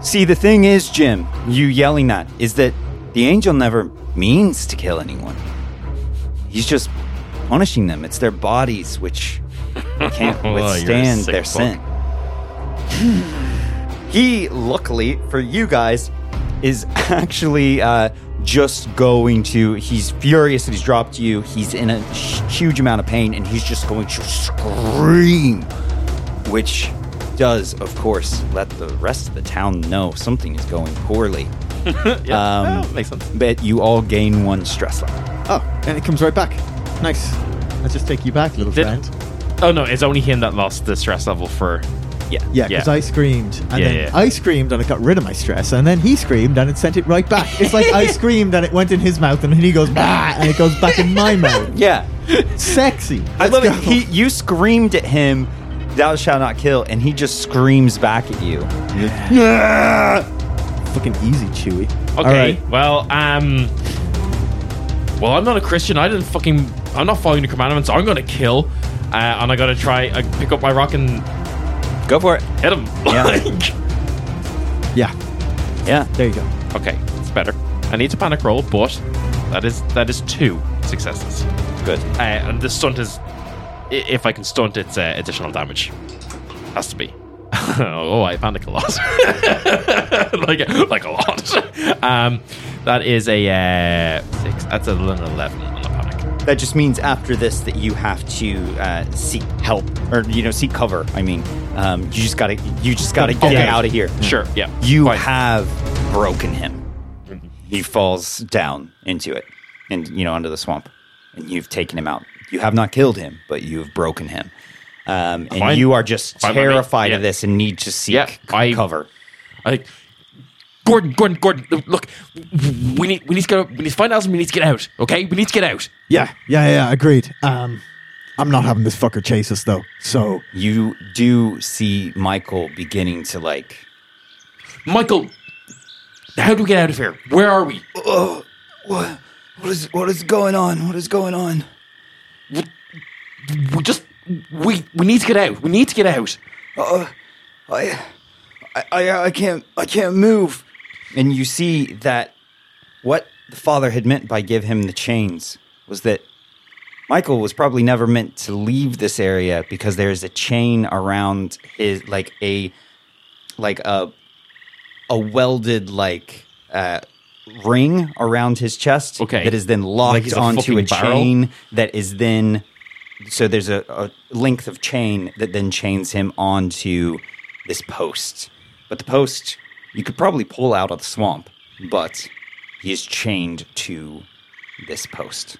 see, the thing is, Jim, you yelling that is that the angel never means to kill anyone. He's just punishing them. It's their bodies which *laughs* can't Oh, you're a withstand sick their fuck. sin. *sighs* he, luckily for you guys, is *laughs* actually uh, just going to. He's furious that he's dropped you. He's in a sh- huge amount of pain, and he's just going to scream which does, of course, let the rest of the town know something is going poorly. yeah, um, makes sense. But you all gain one stress level. oh, and it comes right back. Nice. I'll just take you back, little Did- friend. Oh no, it's only him that lost the stress level for. Yeah. Yeah, because Yeah. I screamed, and Yeah, then yeah. I screamed, and it got rid of my stress, and then he screamed, and it sent it right back. It's like I screamed, and it went in his mouth, and then he goes, bah, and it goes back in my mouth. *laughs* Yeah. Sexy. I Let's love it. go. He, you screamed at him, "Thou shalt not kill," and he just screams back at you. fucking easy, Chewy. All Okay. right. Well, um. Well, I'm not a Christian. I didn't fucking. I'm not following the commandments. I'm gonna kill, uh, and I gotta try. I pick up my rock and Go for it. hit him. *laughs* Yeah. Like- Yeah, Yeah. there you go. okay, it's better. I need to panic roll, but that is that is two successes. Good. Uh, and the stunt is, i- if I can stunt, it's uh, additional damage. Has to be. *laughs* oh, I panic a lot. *laughs* like like a lot. *laughs* um, that is a uh, six. That's an eleven on the panic. That just means after this that you have to uh, seek help, or you know, seek cover. I mean, um, you just gotta, you just gotta get Okay. out Mm-hmm. of here. Sure. Yeah. You Fine. Mm-hmm. have broken him. He falls down into it and, you know, under the swamp. And you've taken him out. You have not killed him, but you've broken him. Um, and Fine. you are just Fine by me. terrified of Yeah. this and need to seek Yeah, c- I- cover. I think, Gordon, Gordon, Gordon, look, we need, we need to go, we need to find out and we need to get out, okay? We need to get out. Yeah, yeah, yeah, agreed. Um, I'm not having this fucker chase us though. So You do see Michael beginning to, like, Michael, how do we get out of here? Where are we? what, what, is, what is going on? What is going on? We just, we, we need to get out. We need to get out. I, I, I can't, I can't move. And you see that what the father had meant by give him the chains was that Michael was probably never meant to leave this area because there is a chain around his, like a, like a, a welded like uh, ring around his chest. Okay. that is then Like locked he's a onto a, fucking barrel? chain that is then so there's a, a length of chain that then chains him onto this post. But the post you could probably pull out of the swamp, but he is chained to this post.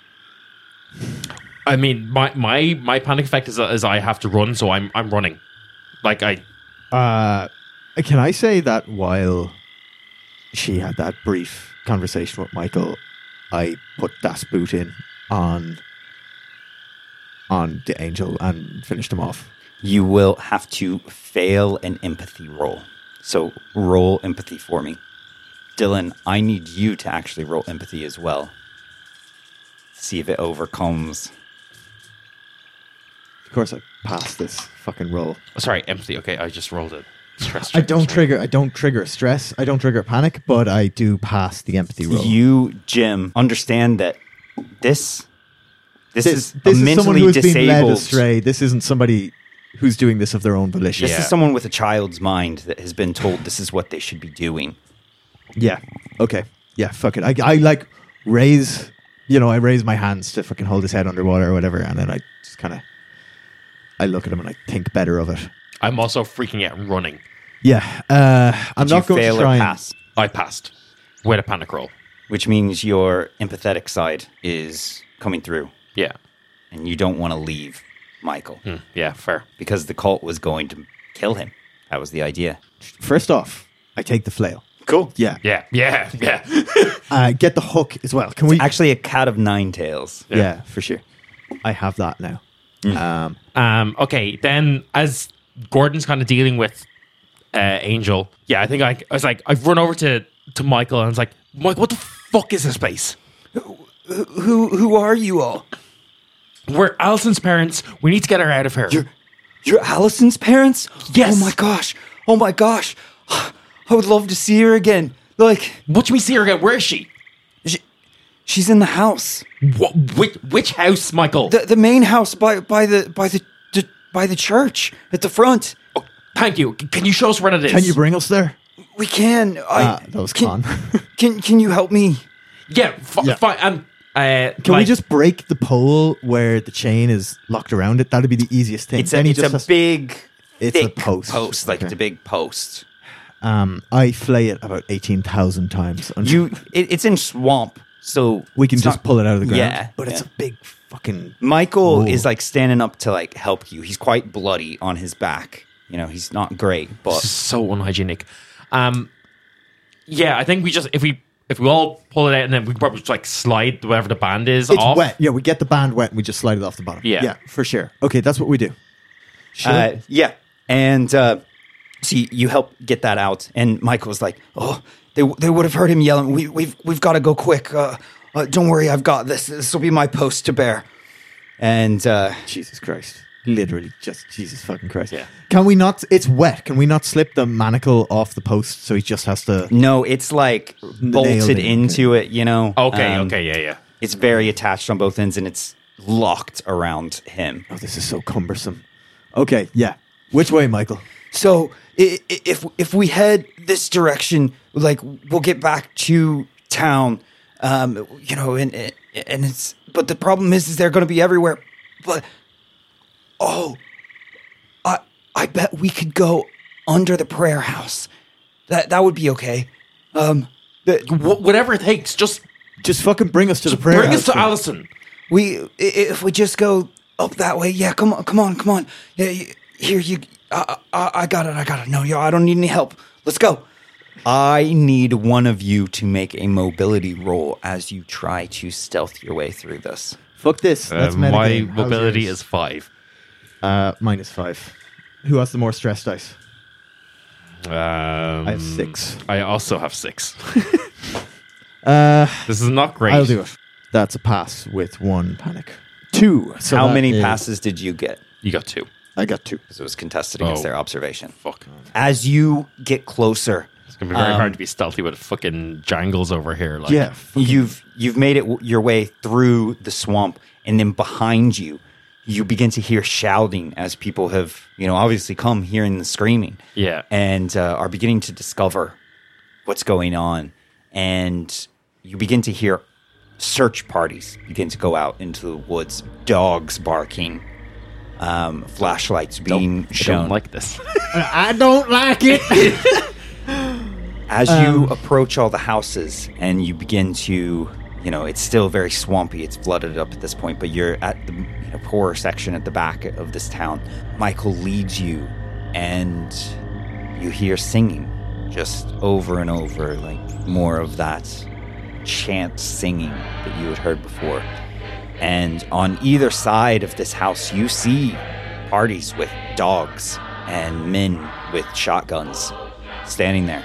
I mean, my, my, my panic effect is, is I have to run, so I'm, I'm running. Like I, Uh, can I say that while she had that brief conversation with Michael, I put Das Boot in on on the angel and finished him off. You will have to fail an empathy roll. So roll empathy for me. Dylan, I need you to actually roll empathy as well. See if it overcomes. Of course, I passed this fucking roll. sorry, empathy. Okay, I just rolled it. Stress, I don't trigger. I don't trigger stress. I don't trigger panic, but I do pass the empathy roll. You, Jim, understand that this this, this, is a this is someone mentally who's been led disabled. astray. This isn't somebody who's doing this of their own volition. This Yeah. is someone with a child's mind that has been told this is what they should be doing. Yeah. Okay. Yeah. Fuck it. I, I like raise you know, I raise my hands to fucking hold his head underwater or whatever, and then I just kind of, I look at him and I think better of it. I'm also freaking out and running. Yeah, uh, I'm not going to try and- I passed. With a panic roll. which means your empathetic side is coming through, Yeah. and you don't want to leave Michael Hmm. Yeah, fair. because the cult was going to kill him. That was the idea. First off, I take the flail. Cool. Yeah, Yeah, yeah, yeah. Uh, get the hook as well. Can we? Actually, a cat of nine tails. yeah. for sure. I have that now. Um, Um, okay, then as Gordon's kind of dealing with uh, Angel, yeah, I think I, I was like, I've run over to, to Michael and I was like, Mike, what the fuck is this place? Who who are you all? We're Allison's parents. We need to get her out of here. You're, you're Allison's parents? Yes. Oh my gosh. Oh my gosh. *sighs* I would love to see her again. Like, what do we see her again? Where is she? she, she's in the house. What, which, which house, Michael? The, the main house by, by the by the, the by the church at the front. Oh, thank you. C- Can you show us where it is? can you bring us there? We can. I, Ah, that was can, Con. *laughs* can can you help me? yeah, f- Yeah. fine. Um, uh, Can we just break the pole where the chain is locked around it? That'd be the easiest thing. Then he just has- big, It's a thick post. Post post, like it's like Okay. it's a a big post. Um, I flay it about eighteen thousand times. until- You, it, it's in swamp, so we can it's just not- pull it out of the ground. Yeah, but it's yeah. a big fucking. Michael Ooh. is like standing up to like help you. He's quite bloody on his back. You know, he's not great, This but is so unhygienic. Um, yeah, I think we just if we if we all pull it out and then we probably just like slide whatever the band is It's off. wet. Yeah, we get the band wet and we just slide it off the bottom. Yeah. yeah, for sure. Okay, that's what we do. Sure. uh, yeah. And uh, so you, you help get that out. And Michael's like, "Oh, they they would have heard him yelling. We, we've we've got to go quick. Uh, uh, don't worry, I've got this. This will be my post to bear." And uh, Jesus Christ. Literally, just Jesus fucking Christ. Yeah. Can we not? It's wet. Can we not slip the manacle off the post so he just has to? no, it's like bolted in, into it. You know. Okay. Um, okay. Yeah. Yeah. It's very attached on both ends, and it's locked around him. Oh, this is so cumbersome. Okay, yeah. Which way, Michael? So i- i- if if we head this direction, like we'll get back to town, um, you know, and and it's. But the problem is, is they're going to be everywhere. But oh, I I bet we could go under the prayer house. That that would be okay. Um, the, Wh- whatever it takes, just Just fucking bring us to the prayer. bring us house, to man. Allison. we i- if we just go up that way. Yeah, come on, come on, come on. Yeah, y- here you. I, I, I got it. I got it. No, yo, I don't need any help. Let's go. I need one of you to make a mobility roll as you try to stealth your way through this. Fuck this. Uh, That's Uh, my metagame. How's mobility yours? is five. uh, minus five. Who has the more stress dice? Um, I have six. I also have *laughs* six. Uh, this is not great. I'll do it. That's a pass with one panic. Two. So that is- did you get? You got two. I got two. Because it was contested Oh. observation. Fuck. As you get closer, It's gonna be very hard to be stealthy with fucking jangles over here. Like, Um, Yeah. you've you've made it w- your way through the swamp and then behind you you begin to hear shouting as people have you know obviously come hearing the screaming Yeah. and uh, are beginning to discover what's going on and you begin to hear search parties begin to go out into the woods dogs barking um, flashlights being I shown don't like this. I don't like it. As you approach all the houses and you begin to, you know, it's still very swampy. It's flooded up at this point, but you're at the you know, poorer section at the back of this town. Michael leads you, and you hear singing just over and over, like more of that chant singing that you had heard before. And on either side of this house, you see parties with dogs and men with shotguns standing there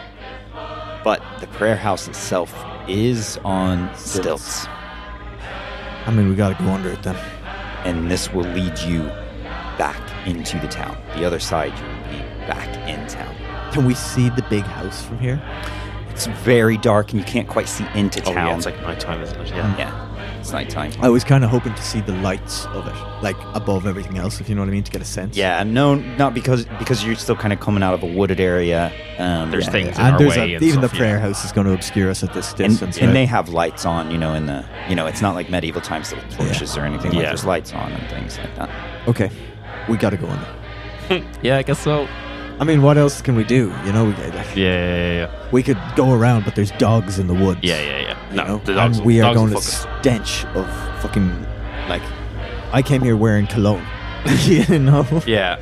but the prayer house itself is on stilts, I mean, we gotta go under it then. and this will lead you back into the town. The other side, you will be back in town. Can we see the big house from here? It's very dark, and you can't quite see into oh town. yeah, it's like nighttime, isn't it? Yeah. Yeah. It's nighttime. I was kind of hoping to see the lights of it, like above everything else, if you know what I mean, to get a sense. Yeah, no, not because because you're still kind of coming out of a wooded area. Um, There's yeah, things in and our there's way a, and even stuff, the yeah. prayer house is going to obscure us at this and, distance. and right? they have lights on, you know, in the you know, it's not like medieval times that with torches or anything. Like Yeah. there's lights on and things like that. okay, we got to go on. There. *laughs* Yeah, I guess so. I mean, what else can we do? You know, we, like, Yeah, yeah, yeah. we could go around, but there's dogs in the woods. Yeah, yeah, yeah. you No, know? the dogs, and we are dogs will going to fuck us. stench of fucking like. I came here wearing cologne. *laughs* you know. Yeah,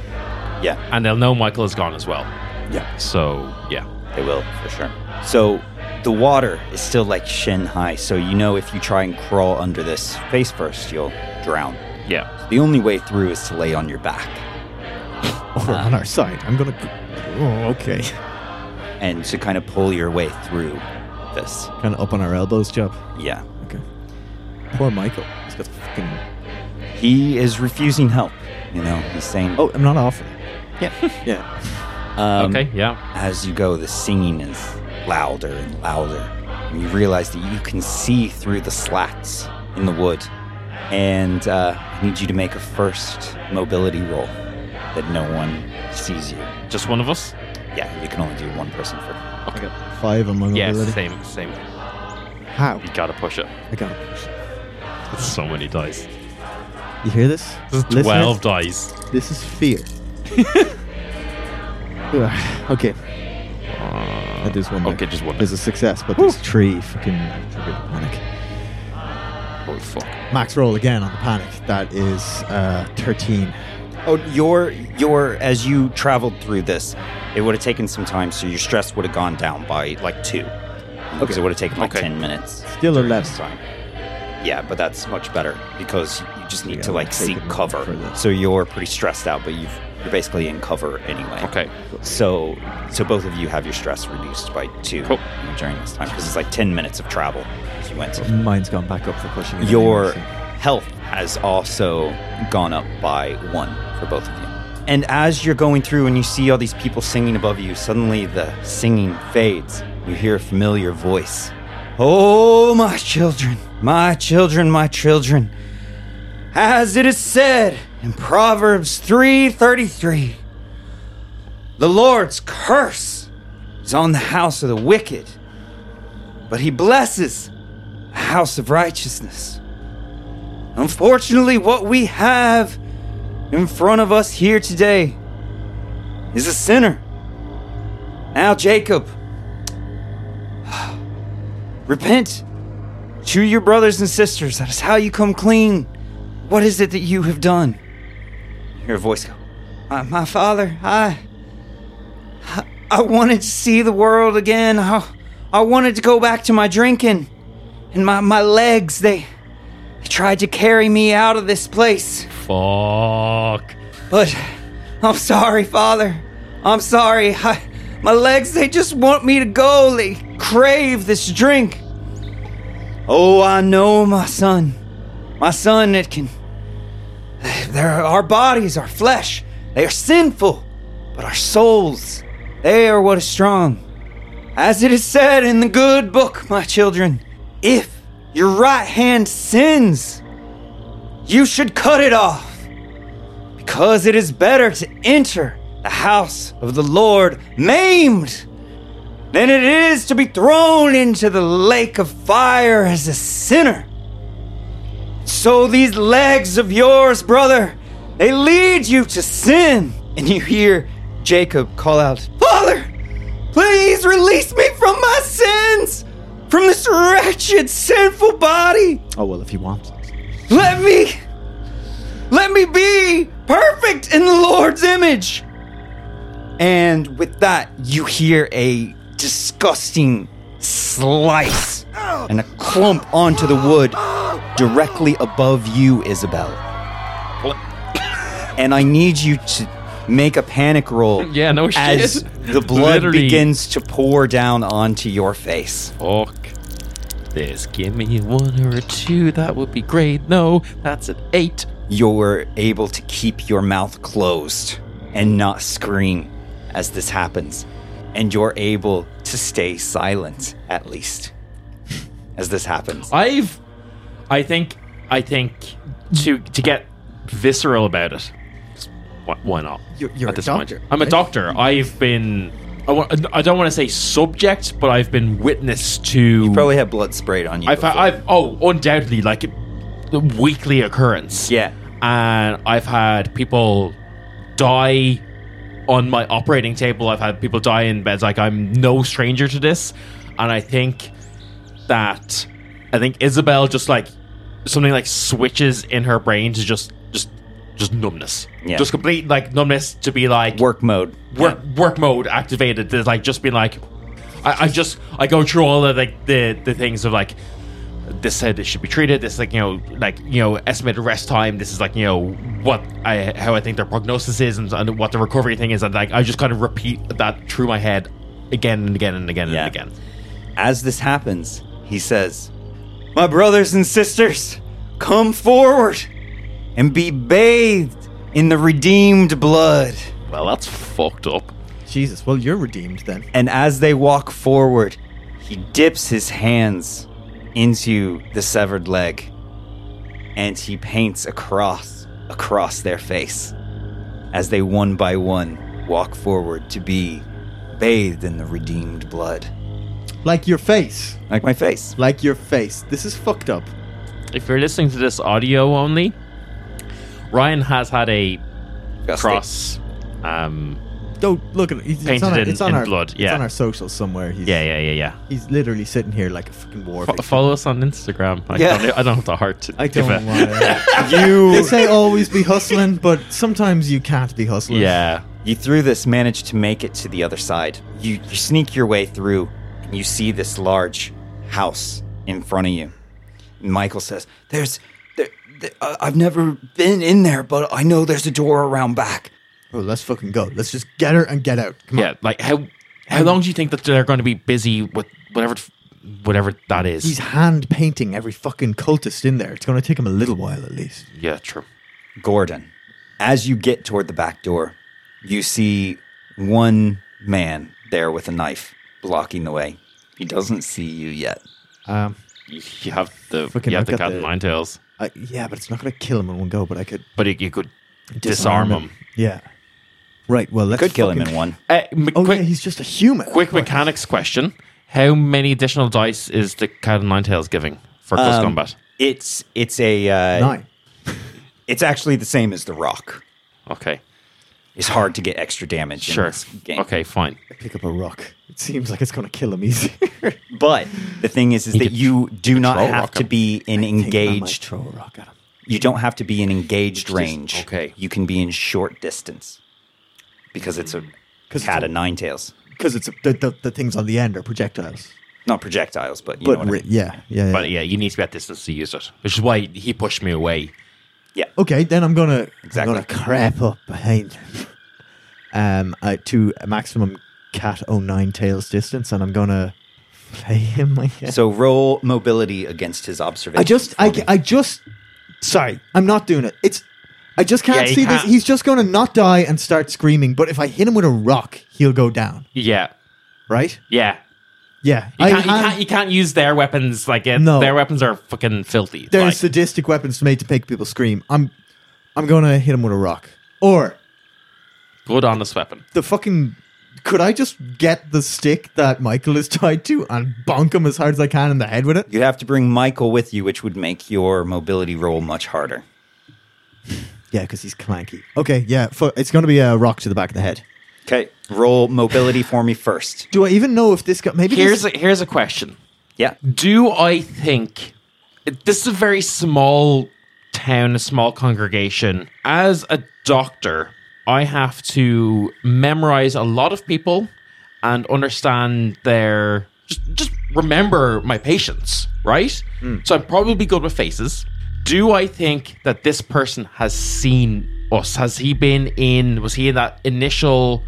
Yeah, and they'll know Michael is gone as well. Yeah. So yeah, they will for sure. So the water is still like shin high, so you know if you try and crawl under this face first, you'll drown. yeah. The only way through is to lay on your back, Or Oh, on our side. I'm gonna. Oh, okay. *laughs* and to kind of pull your way through this. Kind of up on our elbows, job. Yeah. Okay. Poor Michael. He's got fucking. He is refusing help. You know, he's saying, Oh, I'm not offering. yeah. Yeah. Um, okay, yeah. As you go, the singing is louder and louder. And you realize that you can see through the slats in the wood. And uh, I need you to make a first mobility roll that no one sees you. Just one of us. Yeah, you can only do one person for. I got five on my Yeah, mobility. same, same. How? You gotta push it. I got it. That's so many dice. You hear this? This is Listeners, twelve dice. This is *laughs* fear. Ugh, okay. Uh, there's one. there. okay, just one There's a success, but there's three fucking I triggered the panic. Holy fuck. Max roll again on the panic. That is uh, 13. Oh, your your as you traveled through this, it would have taken some time, so your stress would have gone down by like two. Because it would have taken like Okay. ten minutes. Still during 11. this time. Yeah, but that's much better because you just need Yeah, to like take seek a moment cover. for this. So you're pretty stressed out, but you've you're basically in cover anyway. Okay. So so both of you have your stress reduced by two Cool. during this time because it's like ten minutes of travel as you went. Mine's gone back up for pushing. it Your anyway, health has also gone up by one for both of you. And as you're going through and you see all these people singing above you, suddenly the singing fades. You hear a familiar voice. Oh, my children, my children, my children. As it is said in Proverbs 3:33, the Lord's curse is on the house of the wicked, but he blesses the house of righteousness. Unfortunately, what we have in front of us here today is a sinner. Now, Jacob, *sighs* repent to your brothers and sisters. That is how you come clean. What is it that you have done? You hear a voice go, "My- My father, I. I- I wanted to see the world again. I, I wanted to go back to my drinking. And my, my legs, they, they tried to carry me out of this place. Fuck. But I'm sorry, Father. I'm sorry. I, my legs, they just want me to go. They crave this drink. Oh, I know, my son. My son, it can. There, our bodies, our flesh, they are sinful. But our souls, they are what is strong. As it is said in the good book, my children, if your right hand sins, you should cut it off because it is better to enter the house of the Lord maimed than it is to be thrown into the lake of fire as a sinner. So these legs of yours, brother, they lead you to sin. And you hear Jacob call out, Father, please release me from my sins, from this wretched, sinful body. so- Oh, well, if you want. Let me let me be perfect in the Lord's image. And with that, you hear a disgusting slice and a clump onto the wood directly above you, Isabel. And I need you to make a panic roll *laughs* Yeah, no shit. as the blood Literally. begins to pour down onto your face. Fuck. This, give me one or a two. That would be great. No, that's an eight. you're able to keep your mouth closed and not scream as this happens. And you're able to stay silent, at least, as this happens. I've I think I think to to get visceral about it. just Why, why not? You're- you're a doctor, I'm a right? doctor. I've been. I, wa- I don't want to say subject, but I've been witness to. Probably had blood sprayed on you. I've, had, before. I've oh undoubtedly like a weekly occurrence. yeah. and I've had people die on my operating table. I've had people die in beds. Like I'm no stranger to this, and I think that I think Isabel just like something like switches in her brain to just just just numbness, Yeah. just complete like numbness to be like Work mode. work work mode activated. There's like just been like, I, I just I go through all the like the the things of like this said it should be treated. This like you know like you know estimated rest time. This is like you know what I how I think their prognosis is and, and what the recovery thing is. And like I just kind of repeat that through my head again and again and again Yeah. and again. As this happens, he says, My brothers and sisters, come forward and be bathed in the redeemed blood. Well, that's fucked up. Jesus. Well, you're redeemed then. And as they walk forward, he dips his hands into the severed leg and he paints a cross across their face as they one by one walk forward to be bathed in the redeemed blood. Like your face. Like my face. Like your face. This is fucked up. If you're listening to this audio only, Ryan has had a cross. Um. Don't look at it. It's, it's Painted on our, in- it's on in our blood, It's yeah. on our socials somewhere. He's, Yeah. Yeah. Yeah. Yeah. He's literally sitting here like a fucking war. Fo- victim. follow us on Instagram. I, Yeah. don't, I don't have the heart to I give don't a- *laughs* want. They You say always be hustling, but sometimes you can't be hustling. Yeah. You through this manage to make it to the other side. You, you sneak your way through and you see this large house in front of you. And Michael says, "There's there, there, uh, I've never been in there, but I know there's a door around back." Oh, let's fucking go. Let's just get her and get out. Come Yeah, on. like how how long do you think that they're going to be busy with whatever the f- whatever that is? He's hand painting every fucking cultist in there. It's going to take him a little while at least. yeah, true. Gordon, as you get toward the back door, you see one man there with a knife blocking the way. He doesn't see you yet. Um, You you have the Fucking you have look the at cat and the- nine tails, I, yeah, but it's not going to kill him in one go. But I could but you- you could disarm, him. Yeah. Right. Well, let's Could kill him fucking- in one. Uh, m- Oh quick yeah, he's just a human. quick mechanics question: How many additional dice is the cat and nine tails giving for close Um, combat? It's it's a uh, Nine. it's actually the same as the rock. Okay, It's hard to get extra damage in sure. this game. Okay, fine. Pick up a rock. It seems like it's going to kill him easy. *laughs* But the thing is, is that could- you do not troll have rock to him. be in engaged. Throw a rock at him. You don't have to be in engaged range. okay. You can be in short distance because it's a 'Cause it's cat a- of nine tails. Because it's the, the, the things on the end are projectiles. Not projectiles, but you know But what I re- mean. yeah, yeah, yeah. But yeah, you need to be at distance to use it, which is why he pushed me away. yeah. Okay, then I'm gonna Exactly. I'm gonna crap up behind him, um, uh, to a maximum cat o nine tails distance, and I'm gonna play him. I guess. So roll mobility against his observation. I just, for I, me. ca- I just, sorry, I'm not doing it. It's, I just can't Yeah, you see this. can't. He's just gonna not die and start screaming. But if I hit him with a rock, he'll go down. Yeah, Right? yeah. Yeah. You I can't, you hand- can't, you can't use their weapons. Like uh, No. their weapons are fucking filthy. They're like- sadistic weapons made to make people scream. I'm, I'm gonna hit him with a rock. Or good honest weapon. the fucking. Could I just get the stick that Michael is *laughs* tied to and bonk him as hard as I can in the head with it? You'd have to bring Michael with you, which would make your mobility roll much harder. Yeah, because he's clanky. Okay, yeah, fu- it's going to be a rock to the back of the head. Okay. Roll mobility for me first. Do I even know if this guy? Maybe Here's this, a, here's a question. Yeah. Do I think this is a very small town, a small congregation? As a doctor, I have to memorize a lot of people and understand their just, just remember my patients, right? Hmm. So I'm probably good with faces. Do I think that this person has seen us? Has he been in? Was he in that initial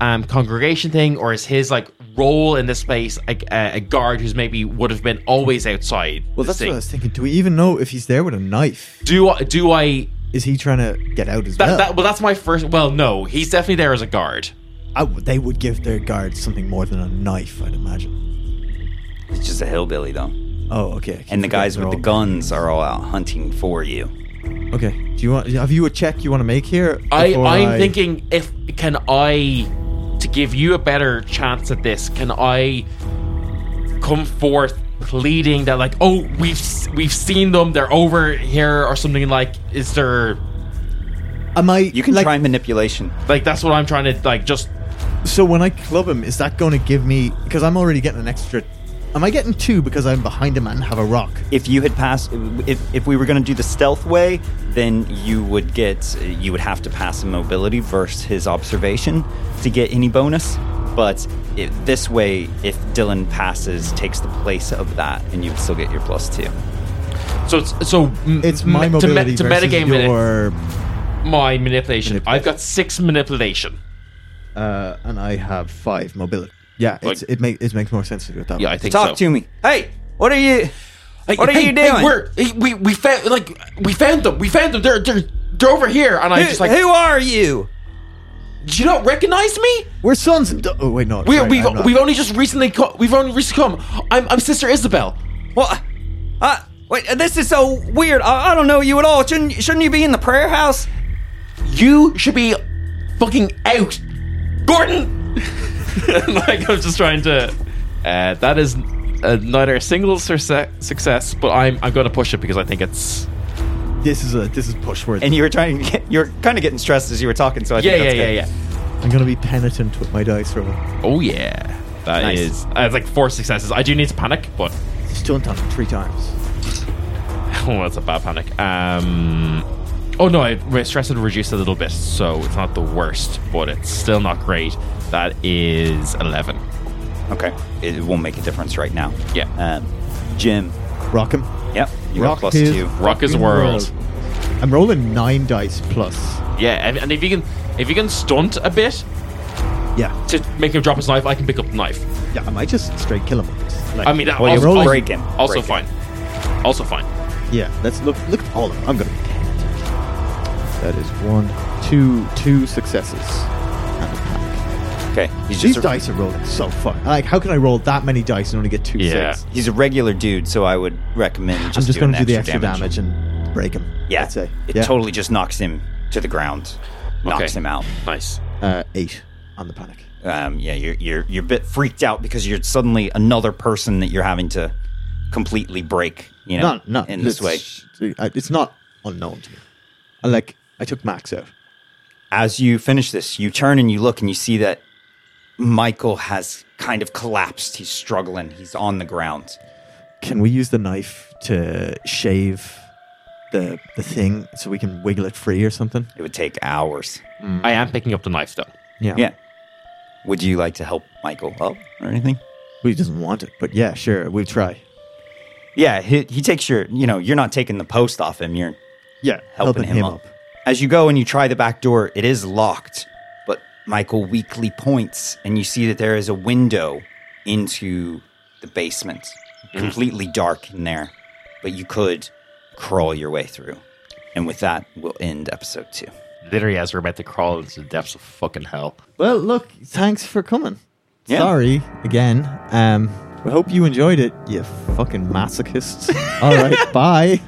um, congregation thing, or is his like role in this space a, a, a guard who's maybe would have been always outside? well, this that's what I thing? was thinking. Do we even know if he's there with a knife? do I, do I Is he trying to get out as that, well? that well that's my first well no he's definitely there as a guard I w- they would give their guards something more than a knife, I'd imagine. It's just a hillbilly, though. Oh, okay. and the guys with the guns are all out hunting for you. gun. Okay. Do you want? Have you a check you want to make here? I, before I'm thinking if can I to give you a better chance at this, can I come forth pleading that like, oh, we've s- we've seen them, they're over here or something like is there Am I? You can like, try manipulation. like that's what I'm trying to like just So when I club him, is that going to give me? Because I'm already getting an extra. Am I getting two because I'm behind him and have a rock? If you had passed, if, if we were going to do the stealth way, then you would get, you would have to pass a mobility versus his observation to get any bonus. But it, this way, if Dylan passes, takes the place of that, and you would still get your plus two. so it's so m- It's my me- to, mobility me- to versus metagame it. your, my manipulation. I've got six manipulation. uh, and I have five mobility. Yeah, it's, Like- it makes it makes more sense to do it that Yeah, way. I think Talk so. to me. Hey, what are you? Hey, What are hey, you hey, doing? we're, hey, we we found like we found them. We found them. They're they're they're over here. And I Who, just like, who are you? do you not recognize me? We're sons. And da- oh wait, no. We, sorry, we've I'm not. we've only just recently co- we've only recently come. I'm I'm Sister Isabel. What? Uh, wait, this is so weird. I, I don't know you at all. Shouldn't shouldn't you be in the prayer house? You should be fucking out, Gordon. *laughs* like I'm just trying to. Uh, that is uh, neither a single success, success, but I'm I'm going to push it because I think it's this is a this is push worthy. And you were trying to get, you were kind of getting stressed as you were talking, so I yeah think that's yeah yeah good. yeah. I'm gonna be penitent with my dice roll. Oh yeah, that Nice. is uh, it's like four successes. I do need to panic, but Stunt on it three times. oh, that's a bad panic. Um. Oh no, I, my stress had reduced a little bit, so it's not the worst, but it's still not great. That is eleven. Okay. It won't make a difference right now. Yeah. Um, Jim. Rock him. Yep. You got Rock plus his- two. Rock his world. I'm rolling nine dice plus. Yeah, and, and if you can, if you can stunt a bit Yeah, to make him drop his knife, I can pick up the knife. yeah. I might just straight kill him. Like, I mean, that Well, also, you're also, rolling. Break him. also Break fine, also fine. yeah. Let's look. Look at all of them. I'm gonna be penitent. That is one, two, two successes. And a pack. Okay. He's These just a, dice are rolling so fun. Like, how can I roll that many dice and only get two Yeah. six? he's a regular dude, so I would recommend just I'm just doing gonna do the extra damage. damage. and break him. Yeah. I'd say. It yeah. totally just knocks him to the ground. Knocks Okay. him out. Nice. uh, eight on the panic. Um, yeah, you're you're you're a bit freaked out because you're suddenly another person that you're having to completely break, you know. No, no. in this way. it's- I- It's not unknown to me. I like I took Max out. as you finish this, you turn and you look and you see that Michael has kind of collapsed. He's struggling. He's on the ground. Can we use the knife to shave the the thing so we can wiggle it free or something? It would take hours. I am picking up the knife though. Yeah. Yeah. Would you like to help Michael up or anything? Well, he doesn't want it, but yeah, sure, we'll try. Yeah, he, he takes your, you know, you're not taking the post off him. You're Yeah, helping, him, up. As you go and you try the back door, it is locked, but Michael weakly points and you see that there is a window into the basement. Completely dark in there, but you could crawl your way through. And with that, we'll end episode two. Literally, as we're about to crawl into the depths of fucking hell. Well, look, thanks for coming. Yeah. Sorry again. *laughs* Um, we hope you enjoyed it, you fucking masochists. All right, bye.